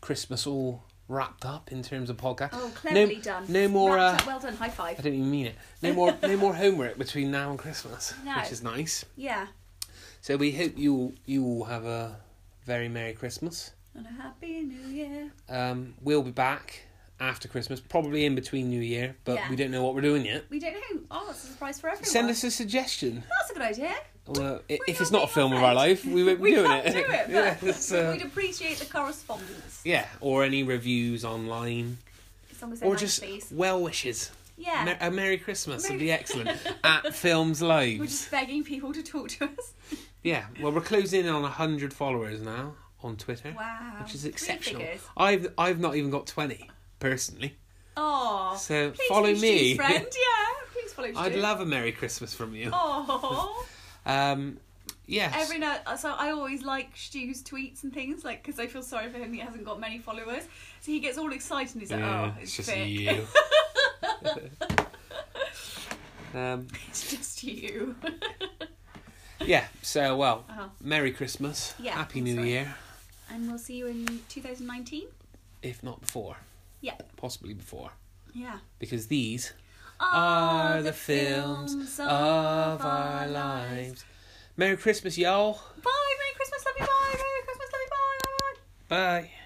[SPEAKER 1] Christmas all wrapped up in terms of podcast.
[SPEAKER 2] Oh, cleverly
[SPEAKER 1] no,
[SPEAKER 2] done.
[SPEAKER 1] No more. Uh,
[SPEAKER 2] Wrapped up. well done. High
[SPEAKER 1] I
[SPEAKER 2] five.
[SPEAKER 1] didn't even mean it. No more. no more homework between now and Christmas,
[SPEAKER 2] No.
[SPEAKER 1] which is nice.
[SPEAKER 2] Yeah.
[SPEAKER 1] So we hope you all- you all have a very merry Christmas.
[SPEAKER 2] And a happy New Year.
[SPEAKER 1] Um, we'll be back after Christmas, probably in between New Year, but
[SPEAKER 2] Yeah.
[SPEAKER 1] we don't know what we're doing yet.
[SPEAKER 2] We don't know. Oh, it's a surprise for everyone.
[SPEAKER 1] Send us a suggestion.
[SPEAKER 2] That's a good idea.
[SPEAKER 1] Well, i- if
[SPEAKER 2] not
[SPEAKER 1] it's not a
[SPEAKER 2] being
[SPEAKER 1] film of our life,
[SPEAKER 2] offended.
[SPEAKER 1] we won't be
[SPEAKER 2] we
[SPEAKER 1] doing
[SPEAKER 2] can't
[SPEAKER 1] it.
[SPEAKER 2] do it,
[SPEAKER 1] yeah,
[SPEAKER 2] but
[SPEAKER 1] it's, uh,
[SPEAKER 2] we'd appreciate the correspondence.
[SPEAKER 1] yeah, or any reviews online,
[SPEAKER 2] As long as they're
[SPEAKER 1] or
[SPEAKER 2] nice,
[SPEAKER 1] just
[SPEAKER 2] please.
[SPEAKER 1] well wishes.
[SPEAKER 2] Yeah.
[SPEAKER 1] Mer- a Merry Christmas would be
[SPEAKER 2] Merry-
[SPEAKER 1] excellent. At Films Live.
[SPEAKER 2] We're just begging people to talk to us.
[SPEAKER 1] Yeah, well, we're closing in on 100 followers now on Twitter,
[SPEAKER 2] Wow.
[SPEAKER 1] which is
[SPEAKER 2] Three
[SPEAKER 1] exceptional.
[SPEAKER 2] figures.
[SPEAKER 1] I've, I've not even got 20, personally.
[SPEAKER 2] Oh.
[SPEAKER 1] So
[SPEAKER 2] please
[SPEAKER 1] follow
[SPEAKER 2] do,
[SPEAKER 1] me.
[SPEAKER 2] friend. Yeah. Please follow.
[SPEAKER 1] I'd
[SPEAKER 2] Stu.
[SPEAKER 1] love a Merry Christmas from you.
[SPEAKER 2] Oh.
[SPEAKER 1] Um, yes.
[SPEAKER 2] Every now, so I always like Stu's tweets and things, like because I feel sorry for him. He hasn't got many followers, so he gets all excited and he's like,
[SPEAKER 1] Yeah,
[SPEAKER 2] "Oh, it's,
[SPEAKER 1] just
[SPEAKER 2] Vic.
[SPEAKER 1] you. um,
[SPEAKER 2] it's just you."
[SPEAKER 1] yeah. So well,
[SPEAKER 2] Oh.
[SPEAKER 1] Merry Christmas.
[SPEAKER 2] Yeah,
[SPEAKER 1] Happy
[SPEAKER 2] that's
[SPEAKER 1] New
[SPEAKER 2] right.
[SPEAKER 1] Year,
[SPEAKER 2] and we'll see you in 2019.
[SPEAKER 1] if not before,
[SPEAKER 2] Yeah,
[SPEAKER 1] possibly before,
[SPEAKER 2] yeah.
[SPEAKER 1] because these are Ah, the films of our lives. Merry Christmas, y'all.
[SPEAKER 2] Bye, Merry Christmas, love you. Bye, Merry Christmas, love you. Bye.
[SPEAKER 1] Bye.